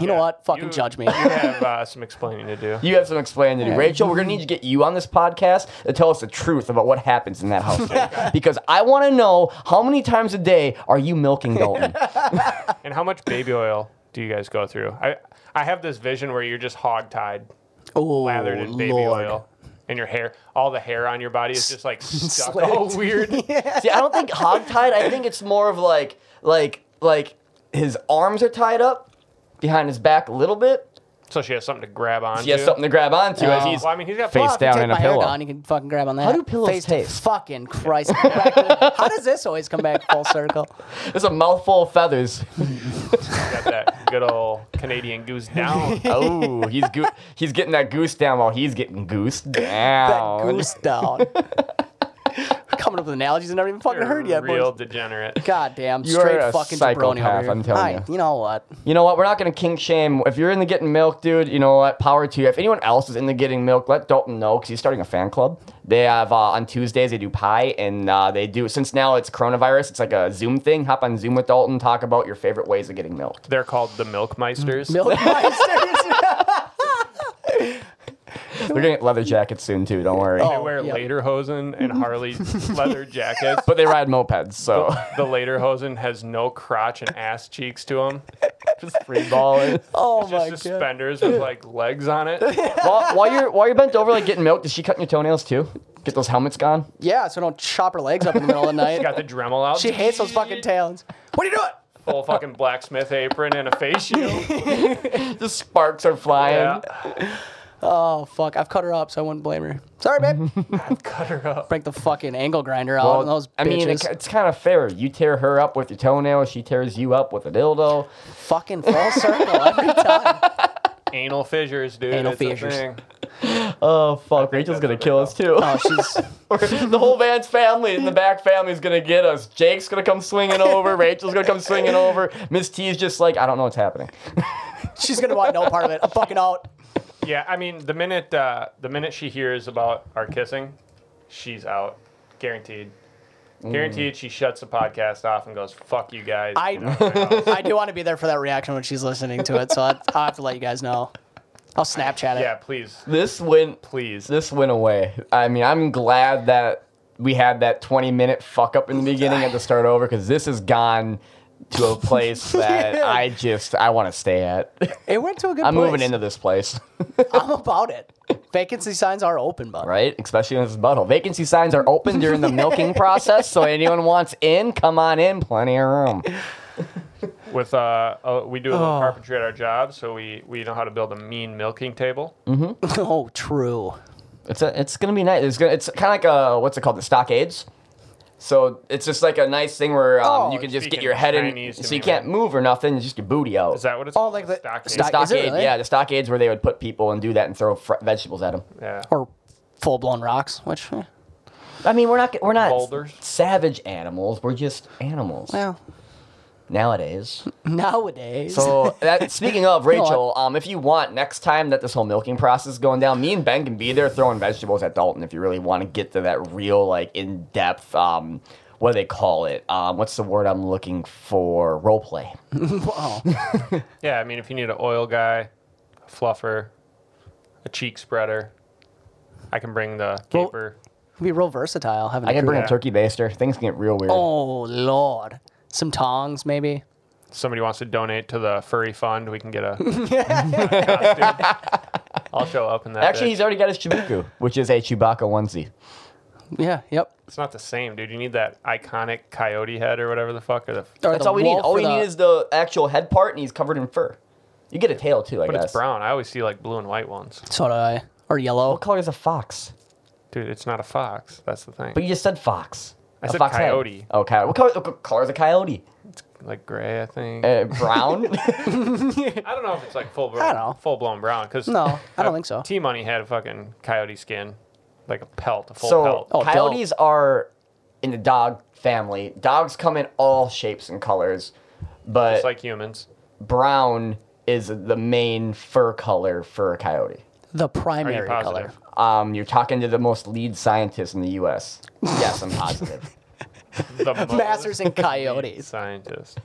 S3: You know what? Fucking
S2: You-
S3: judge me.
S2: You have uh, some explaining to do.
S1: You have some explaining to do. Rachel, we're going to need to get you on this podcast to tell us the truth about what happens in that household. because I want to know how many times a day are you milking Dalton?
S2: And how much baby oil do you guys go through? I I have this vision where you're just hog tied,
S3: Oh,
S2: lathered in baby
S3: Lord.
S2: oil, and your hair, all the hair on your body is just like stuck.
S3: Slicked.
S2: All weird.
S1: See, I don't think hogtied. I think it's more of like, like, like his arms are tied up behind his back a little bit.
S2: So she has something to grab on.
S1: He has something to grab onto as
S3: Oh.
S1: he's
S2: Well, I mean, he's got
S1: Face
S2: plenty-
S3: Well, if you
S1: down
S3: take
S1: in a
S3: my hair
S1: pillow.
S3: down, you can fucking grab on that.
S1: How do pillows
S3: Face-
S1: taste?
S3: Fucking Christ. How does this always come back full circle?
S1: There's a mouthful of feathers.
S2: got that good old Canadian goose down.
S1: oh, he's go- he's getting that goose down while he's getting goose down.
S3: That goose down. Coming up with analogies I never even fucking
S2: You're
S3: heard yet. boys.
S2: real degenerate.
S3: God damn,
S1: You are
S3: straight
S1: a
S3: fucking jabroni over
S1: psychopath,
S3: here.
S1: I'm telling
S3: I-
S1: you.
S3: You know what?
S1: You know what? We're not gonna kink shame. If you're into getting milk, dude, you know what? Power to you. If anyone else is into getting milk, let Dalton know because he's starting a fan club. They have uh, on Tuesdays they do pie and uh, they do since now it's coronavirus. It's like a Zoom thing. Hop on Zoom with Dalton. Talk about your favorite ways of getting milk.
S2: They're called the Milkmeisters.
S3: Milk Meisters.
S1: They're gonna get leather jackets soon too. Don't worry.
S2: They
S3: Oh.
S2: wear
S3: yeah.
S2: lederhosen and Harley leather jackets.
S1: But they ride mopeds, so
S2: The lederhosen has no crotch and ass cheeks to him.
S1: just free balling.
S3: Oh my
S2: Just
S3: god.
S2: suspenders with like legs on it.
S1: while, while you're while you're bent over like getting milk, does she cut your toenails too? Get those helmets gone.
S3: Yeah, so don't chop her legs up in the middle of the
S2: Got
S3: night.
S2: the Dremel out.
S3: She hates those fucking towns. What are you doing?
S2: Full fucking blacksmith apron and a face shield.
S1: The sparks are flying.
S2: Yeah.
S3: Oh fuck, I've cut her up, so I wouldn't blame her. Sorry, babe.
S2: Cut her up.
S3: Break the fucking angle grinder out
S1: Well,
S3: and those bitches.
S1: I mean, it, it's kind of fair. You tear her up with your toenail, she tears you up with a dildo.
S3: fucking full circle every time.
S2: Anal fissures, dude.
S3: Anal
S2: it's a
S3: fissures.
S2: thing.
S1: Oh fuck, Rachel's
S2: that's
S1: gonna
S2: what
S1: kill us too.
S3: Oh, she's
S1: the whole Vance family in the back family's gonna get us. Jake's gonna come swinging over. Rachel's gonna come swinging over. Miss T is just like, I don't know what's happening.
S3: she's gonna want no part of it. I'm fucking out.
S2: Yeah, I mean, the minute uh, the minute she hears about our kissing, she's out, guaranteed. Guaranteed, she shuts the podcast off and goes, "Fuck you guys."
S3: Mm. I- I do want to be there for that reaction when she's listening to it, so I, I'll have to let you guys know. I'll Snapchat it.
S2: yeah, please,
S1: This went
S2: please.
S1: this went away. I mean, I'm glad that we had that 20 minute fuck up in the beginning and to start over because this has gone to a place that I just I want to stay at.
S3: It went to a good
S1: I'm
S3: place.
S1: moving into this place,
S3: I'm about it. Vacancy signs are open, but
S1: right? Especially in this butthole. Vacancy signs are open during the milking process, so anyone wants in, come on in. Plenty of room.
S2: With uh, uh, we do a little
S3: Oh.
S2: carpentry at our job, so we we know how to build a mean milking table.
S3: oh, true.
S1: It's a, it's gonna be nice. It's gonna, it's kind of like a what's it called? The stockades. So it's just like a nice thing where um,
S3: Oh,
S1: you can just get
S2: speaking
S1: your head in,
S2: Chinese to
S1: so you
S2: me,
S1: can't move or nothing. It's just your booty out.
S2: Is that what it's
S3: Oh,
S2: called?
S3: like the-
S2: Stockade?
S3: stock-
S1: stockades,
S3: Is it really?
S1: yeah, the stockades where they would put people and do that and throw fr- vegetables at them.
S2: yeah.
S3: Or full blown rocks, which eh,
S1: I mean, we're not we're not
S2: Boulders.
S1: savage animals. We're just animals
S3: well
S1: nowadays.
S3: nowadays.
S1: So that speaking of Rachel,
S3: know
S1: um, if you want next time that this whole milking process is going down, me and Ben can be there throwing vegetables at Dalton if you really want to get to that real like in depth um. What do they call it? Um, what's the word I'm looking for? Role play.
S3: Wow.
S2: Yeah, I mean, if you need an oil guy, a fluffer, a cheek spreader, I can bring the
S3: Well-
S2: caper.
S3: It'd be real versatile. Having
S1: I can
S3: a
S1: bring
S3: crew.
S1: a turkey baster. Things can get real weird.
S3: Oh lord, some tongs maybe.
S2: Somebody wants to donate to the furry fund, we can get a. costume. I'll show up in that.
S1: Actually,
S2: Actually,
S1: he's already got his Chibuku, which is a Chewbacca onesie.
S3: Yeah. Yep.
S2: it's not the same, dude. You need that iconic coyote head or whatever the fuck. Or the,
S3: Or
S1: That's
S3: the
S1: all we need.
S3: wolf
S1: All
S3: or
S1: we
S3: the-
S1: need is the actual head part, and he's covered in fur. You get a tail too, I
S2: but
S1: guess.
S2: it's brown. I always see like blue and white ones.
S3: so do I. Or yellow.
S1: What color is a fox?
S2: Dude, it's not a fox. That's the thing.
S1: But you just said fox.
S2: I
S1: A
S2: said
S1: fox head.
S2: coyote.
S1: Oh, coyote. What color, what color is a coyote?
S2: like gray, I think.
S1: Uh, brown.
S2: I don't know if it's like full
S3: Eh. I
S2: blown,
S3: don't know.
S2: full blown brown. Cause
S3: No, I don't think so.
S2: T Money had a fucking coyote skin, like a pelt, a full
S1: so
S2: pelt.
S3: Oh, dope.
S1: coyotes are in the dog family. Dogs come in all shapes and colors, but
S2: Just like humans.
S1: brown is the main fur color for a coyote.
S3: The
S2: Are
S3: primary
S2: you
S3: color.
S2: positive?
S1: Um, you're talking to the most lead scientist in the U.S. Yes, I'm positive.
S2: The most
S3: Masters in Coyotes.
S2: Scientist.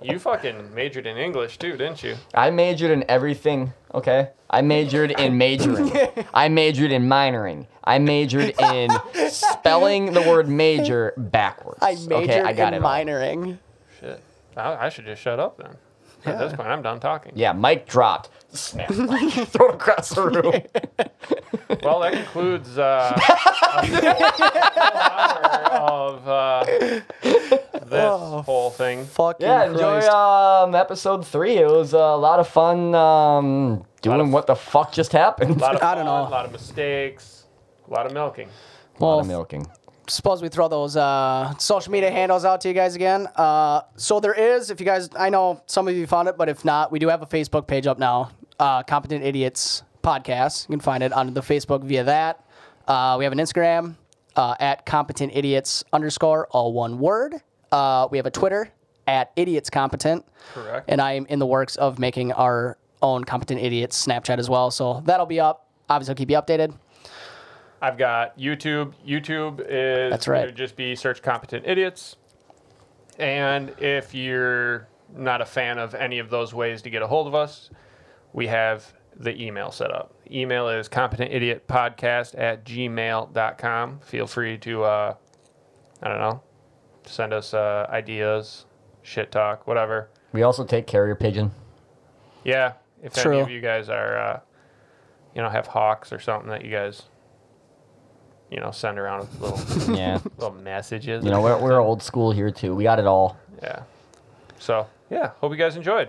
S2: you fucking majored in English too, didn't you?
S1: I majored in everything, okay? I majored in majoring. I majored in minoring. I majored in spelling the word major backwards.
S3: I majored
S1: okay, I got
S3: in
S1: it all.
S3: minoring.
S2: Shit. I, I should just shut up then. At this point, I'm done talking.
S1: Yeah, mic dropped. Snap. Thrown across the room.
S2: Well, that concludes uh, a whole hour of uh, this
S3: Oh,
S2: whole thing.
S3: Fucking
S1: Yeah, enjoy
S3: Christ.
S1: um, episode three. It was a lot of fun um, doing what the fuck just happened.
S2: A lot of
S3: I don't
S2: fun,
S3: know.
S2: A lot of mistakes. A lot of milking.
S1: lot
S3: well,
S1: of milking.
S3: suppose we throw those uh, social media handles out to you guys again. Uh, so there is, if you guys, I know some of you found it, but if not, we do have a Facebook page up now. Uh, Competent Idiots Podcast. You can find it on the Facebook via that. Uh, we have an Instagram uh, at Competent Idiots underscore all one word. Uh, we have a Twitter at Idiots Competent.
S2: Correct.
S3: And I am in the works of making our own Competent Idiots Snapchat as well. So that'll be up. Obviously, I'll keep you updated.
S2: I've got YouTube. YouTube is
S3: That's right.
S2: it'd just be search competent idiots. And if you're not a fan of any of those ways to get a hold of us, we have the email set up. Email is competentidiotpodcast at gmail.com. Feel free to, uh, I don't know, send us uh, ideas, shit talk, whatever.
S1: We also take carrier pigeon.
S2: Yeah, if
S3: True.
S2: any of you guys are, uh, you know, have hawks or something that you guys, you know, send around with little
S1: Yeah.
S2: little messages.
S1: you know, we're, we're old school here, too. We got it all.
S2: Yeah. So yeah, hope you guys enjoyed.